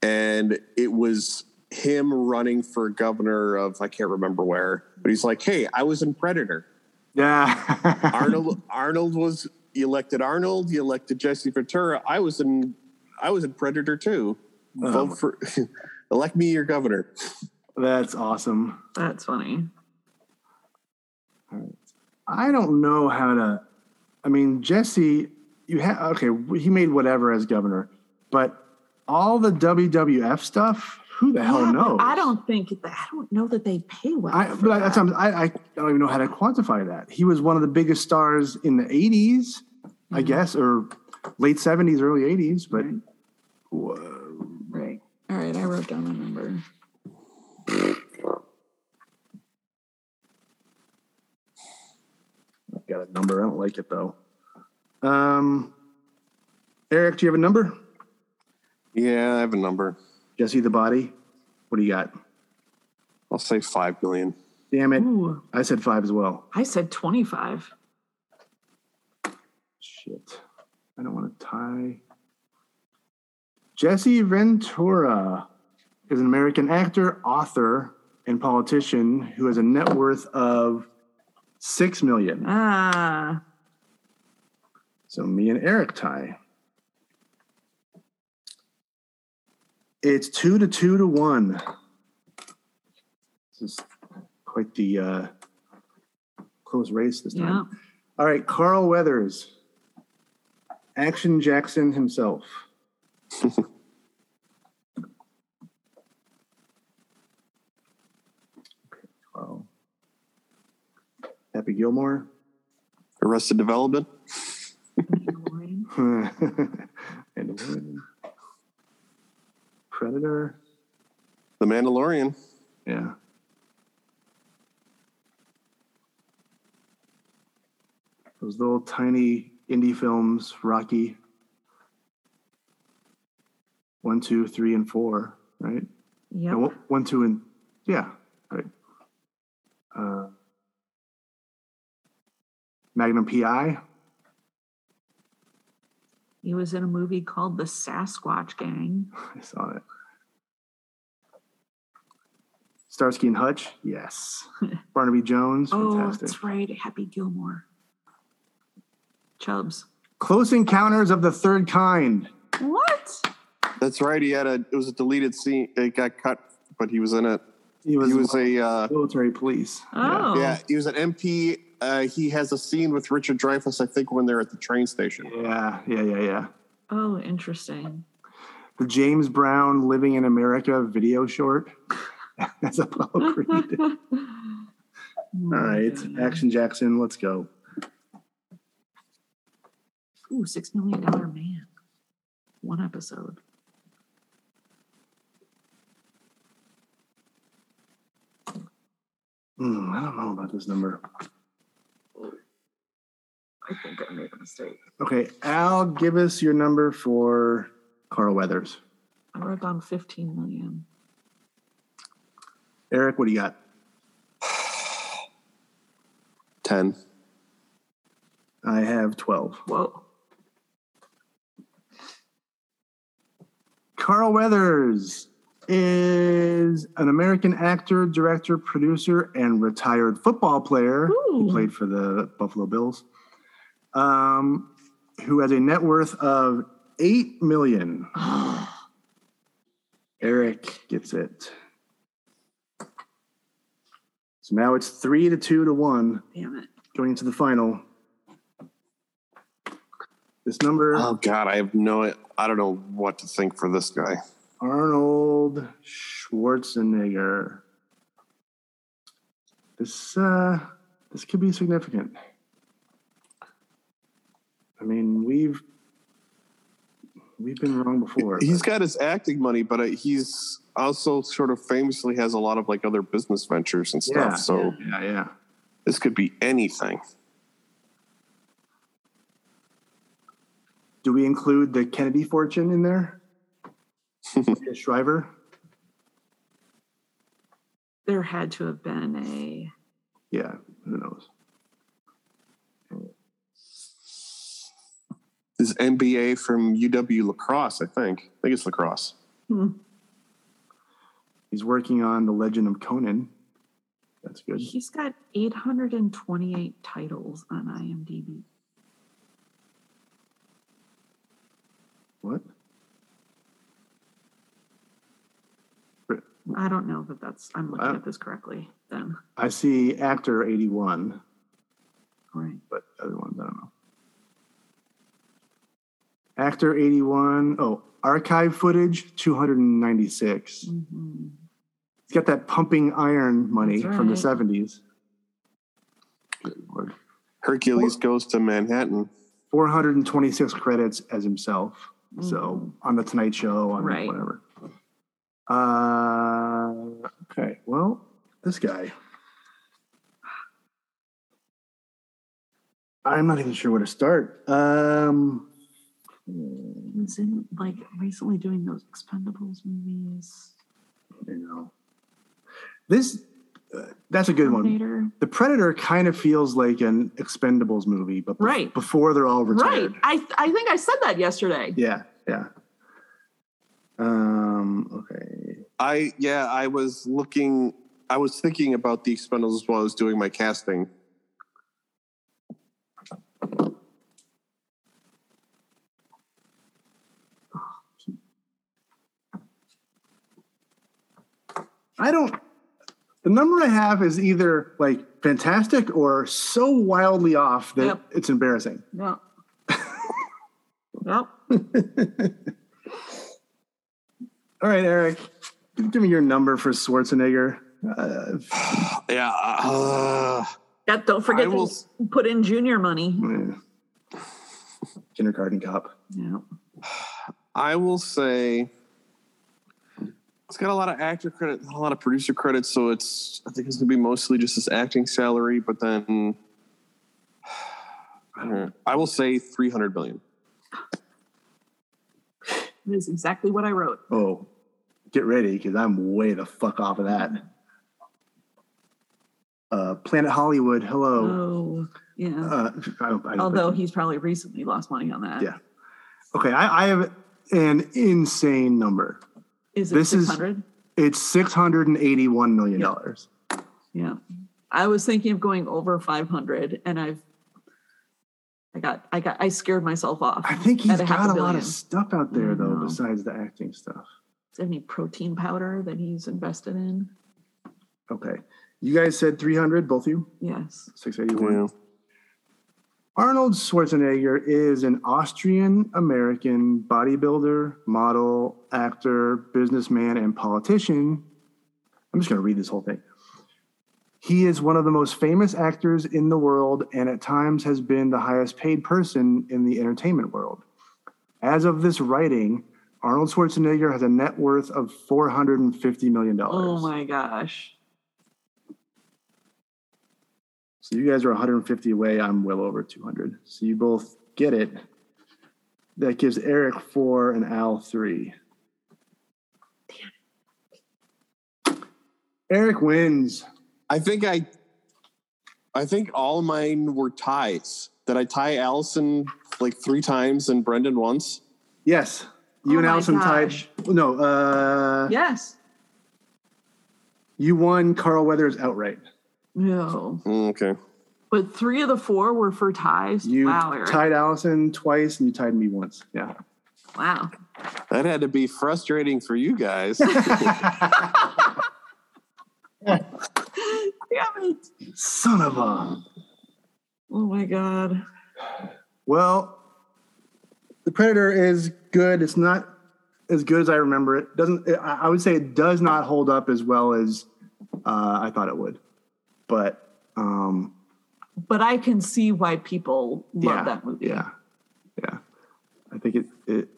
and it was him running for governor of I can't remember where. But he's like, "Hey, I was in Predator.
Yeah,
Arnold Arnold was you elected Arnold, you elected Jesse Ventura. I was in I was in Predator too.
Oh.
Vote for elect me your governor.
that's awesome.
That's funny.
I don't know how to. I mean, Jesse, you have okay. He made whatever as governor, but all the WWF stuff. Who the hell
Yeah, but
knows?
I don't think I don't know that they pay well.
I,
for
but I-
that.
that's, I, I don't even know how to quantify that. He was one of the biggest stars in the 80s, I guess, or late 70s, early 80s. But whoa.
Right. All right. I wrote down my number.
I've got a number. I don't like it though. Um, Eric, do you have a number?
Yeah, I have a number.
Jesse the Body. What do you got?
I'll say five million.
Damn it. I said five as well.
I said twenty-five.
Shit. I don't want to tie. Jesse Ventura is an American actor, author, and politician who has a net worth of six million.
Ah.
So me and Eric tie. It's two to two to one. This is quite the uh, close race this time.
Yeah.
All right, Carl Weathers, Action Jackson himself. Carl. Happy Gilmore.
Arrested Development.
and Lloyd. Predator.
The Mandalorian.
Yeah. Those little tiny indie films, Rocky. One, two, three, and four, right?
Yeah.
No, one- one, two, and yeah, right. Uh, Magnum PI.
He was in a movie called The Sasquatch Gang.
I saw it. Starsky and Hutch. Yes. Barnaby Jones.
Oh,
Fantastic.
that's right. Happy Gilmore. Chubbs.
Close Encounters of the Third Kind.
What?
That's right. He had a it was a deleted scene. It got cut, but he was in it.
He was,
a uh,
military police.
Yeah.
Oh.
Yeah, he was an MP. Uh, he has a scene with Richard Dreyfuss, I think, when they're at the train station.
Yeah, yeah, yeah, yeah.
Oh, interesting.
the James Brown Living in America video short as Apollo Creed. All
Oh
right, Action Jackson, let's go.
Ooh, six million dollar man. One episode.
Hmm, I don't know about this number.
I think I made a mistake.
Okay, Al, give us your number for Carl Weathers.
I wrote down 15 million.
Eric, what do you got?
10.
I have 12.
Whoa.
Carl Weathers is an American actor, director, producer, and retired football player who played for the Buffalo Bills, um, who has a net worth of eight million. Eric gets it. So now it's three to two to one
Damn it.
going into the final. This number,
Oh God, I have no. I don't know what to think for this guy.
Arnold Schwarzenegger. This uh, this could be significant. I mean, we've we've been wrong before.
He's got his acting money, but uh, he's also sort of famously has a lot of like other business ventures and stuff.
Yeah,
so
yeah, yeah.
this could be anything.
Do we include the Kennedy fortune in there? Shriver?
There had to have been a.
Yeah, who knows?
This MBA from UW Lacrosse, I think. I think it's Lacrosse.
Hmm.
He's working on The Legend of Conan. That's good.
He's got 828 titles on IMDb.
What?
I don't know that that's, I'm looking
Wow.
at this correctly then.
I see actor 81,
Right.
but other ones, I don't know. Actor 81. Oh, archive footage 296.
Mm-hmm.
He's got that pumping iron money
That's
from the
right.
70s.
Hercules goes to Manhattan.
426 credits as himself. So on the Tonight Show, on
Mm, Right.
whatever. Uh, okay. Well, this guy. I'm not even sure where to start. Um,
He was in, like, recently doing those Expendables movies.
you know, this uh, that's a good
Terminator.
one. The Predator kind of feels like an Expendables movie, but bef-
Right.
before they're all retired.
Right. I, I think I said that yesterday.
Yeah, yeah. Um, okay.
I yeah, I was looking. I was thinking about the Expendables while I was doing my casting.
I don't. The number I have is either like fantastic or so wildly off that
Yep.
it's embarrassing.
No. no.
All right, Eric, give me your number for Schwarzenegger. Uh,
Yeah. uh,
That, don't forget
I
to
will-
put in junior money.
Mm. kindergarten cop.
Yeah.
I will say it's got a lot of actor credit, not a lot of producer credit, so it's I think it's gonna be mostly just his acting salary, but then I don't know. I will say three hundred million.
That is exactly what I wrote.
Oh, get ready because I'm way the fuck off of that. Uh, Planet Hollywood. Hello.
Oh, yeah.
Uh, I don't, I don't
Although he's probably recently lost money on that.
Yeah. Okay, I, I have an insane number.
Is it
This is-
600?
It's six hundred and eighty-one million dollars.
Yeah. I was thinking of going over 500 and I've I got I got I scared myself off.
I think he's
at half
got a lot
billion.
of stuff out there though, besides the acting stuff.
Is there any protein powder that he's invested in?
Okay, you guys said three hundred, both of you.
Yes.
Six eighty-one. Arnold Schwarzenegger is an Austrian American bodybuilder, model, actor, businessman, and politician. I'm just going to read this whole thing. He is one of the most famous actors in the world and at times has been the highest paid person in the entertainment world. As of this writing, Arnold Schwarzenegger has a net worth of $450 million.
Oh my gosh.
So you guys are 150 away. I'm well over 200. So you both get it. That gives Eric four and Al three. Eric wins.
I think I, I think all mine were ties. Did I tie Allison like three times and Brendan once?
Yes. You
Oh
and
my
Allison
gosh.
tied. No. Uh,
Yes.
You won Carl Weathers outright.
No.
Mm, Okay.
But three of the four were for ties.
You
wow, Eric.
tied Allison twice and you tied me once. Yeah.
Wow.
That had to be frustrating for you guys.
Damn it.
Son of a.
Oh my god.
Well, the Predator is good. It's not as good as I remember it. Doesn't I I would say it does not hold up as well as uh, I thought it would. But um,
But I can see why people love
yeah,
that movie.
Yeah, yeah. I think it. it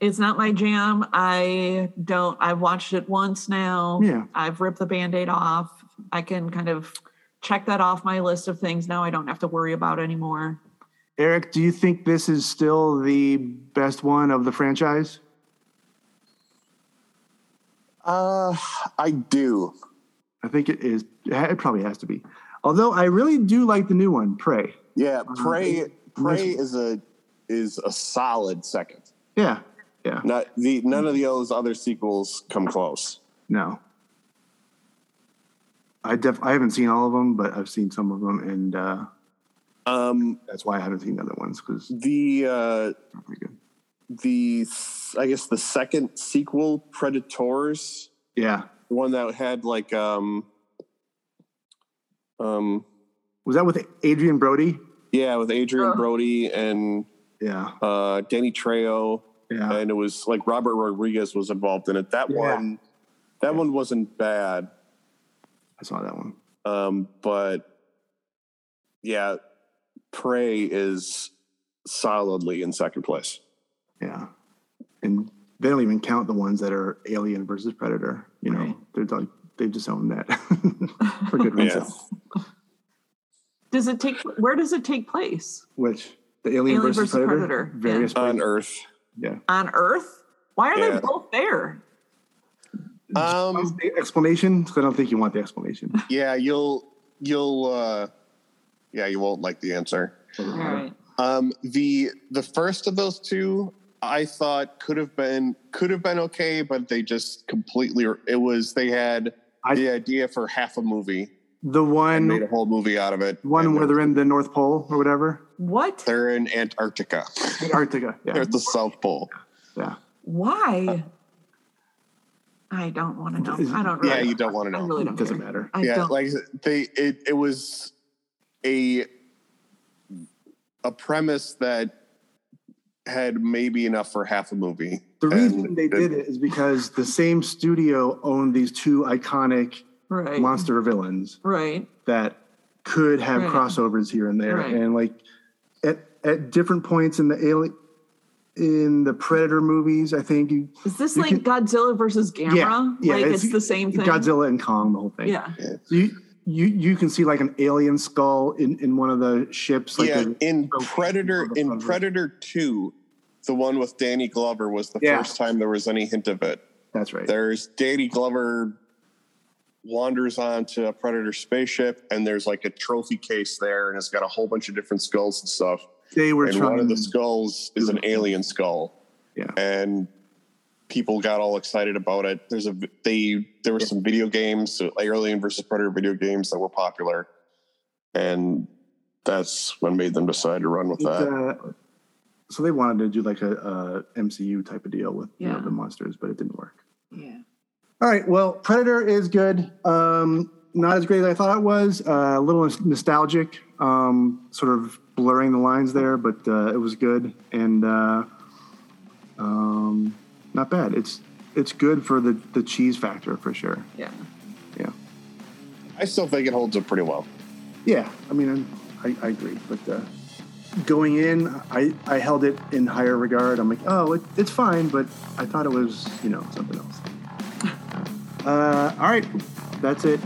It's not my jam. I don't I've watched it once now.
Yeah.
I've ripped the band-aid off. I can kind of check that off my list of things now I don't have to worry about anymore.
Eric, do you think this is still the best one of the franchise?
Uh, I do.
I think it is. It ha- it probably has to be. Although I really do like the new one, Prey.
yeah, pray.
Um,
Pray is a is a solid second.
Yeah, yeah.
Not the none of
Mm-hmm.
those other sequels come close.
No. I def I haven't seen all of them, but I've seen some of them, and uh,
um,
that's why I haven't seen the other ones because
The uh, the I guess the second sequel, Predators,
yeah,
the one that had like um um
was that with Adrian Brody?
yeah with Adrian Brody and
Oh. yeah
uh, Danny Trejo,
yeah,
and it was like Robert Rodriguez was involved in it. That
Yeah.
one, that one wasn't bad.
I saw that one.
Um, but yeah, Prey is solidly in second place.
Yeah, and they don't even count the ones that are Alien versus Predator. You know, they're like they've disowned that for good reason.
Does it take where does it take place?
Which the Alien,
Alien
versus,
versus
Predator,
Predator,
various
yeah.
on Earth.
Yeah,
On Earth? Why are
Yeah.
they both there?
Um,
the explanation. 'Cause I don't think you want the explanation.
Yeah, you'll you'll uh, yeah you won't like the answer.
All right.
Um, the the first of those two, I thought could have been could have been okay, but they just completely it was they had the idea for half a movie
The
and
one
made a whole movie out of it.
one where they're in the North Pole or whatever.
What?
They're in Antarctica.
Antarctica. Yeah.
They're at the South Pole.
Yeah.
Why? I don't want to know. I don't really.
Yeah, you don't want to know.
I really don't
Doesn't
care.
matter.
I
yeah,
don't.
like they it it was a a premise that had maybe enough for half a movie.
The reason they did it is because the same studio owned these two iconic
Right.
monster villains
Right.
that could have
Right.
crossovers here and there,
Right.
and like at at different points in the alien in the Predator movies, I think you
Is this
You
like Godzilla versus Gamma? like it's, the same thing.
Godzilla and Kong, the whole thing.
Yeah.
So
you you you can see like an alien skull in in one of the ships. Like
yeah,
a-
in Predator in Predator 2, the one with Danny Glover was the
Yeah.
first time there was any hint of it.
That's right.
There's Danny Glover wanders onto a Predator spaceship and there's like a trophy case there and it's got a whole bunch of different skulls and stuff.
They were
and one
trying
of the
to-
skulls is an alien skull.
Yeah.
And people got all excited about it. There's a they there were some video games, like Alien versus Predator video games that were popular, and that's what made them decide to run with
It's,
that.
uh, so they wanted to do like a, a MCU type of deal with you know, the monsters, but it didn't work.
Yeah.
All right. Well, Predator is good. Um, not as great as I thought it was. Uh, a little nostalgic, um, sort of blurring the lines there, but uh, it was good and uh, um, not bad. It's it's good for the the cheese factor for sure.
Yeah.
Yeah.
I still think it holds up pretty well.
Yeah, I mean, I, I agree. But uh, going in, I, I held it in higher regard. I'm like, oh, it, it's fine, but I thought it was, you know, something else. Uh, all right, that's it.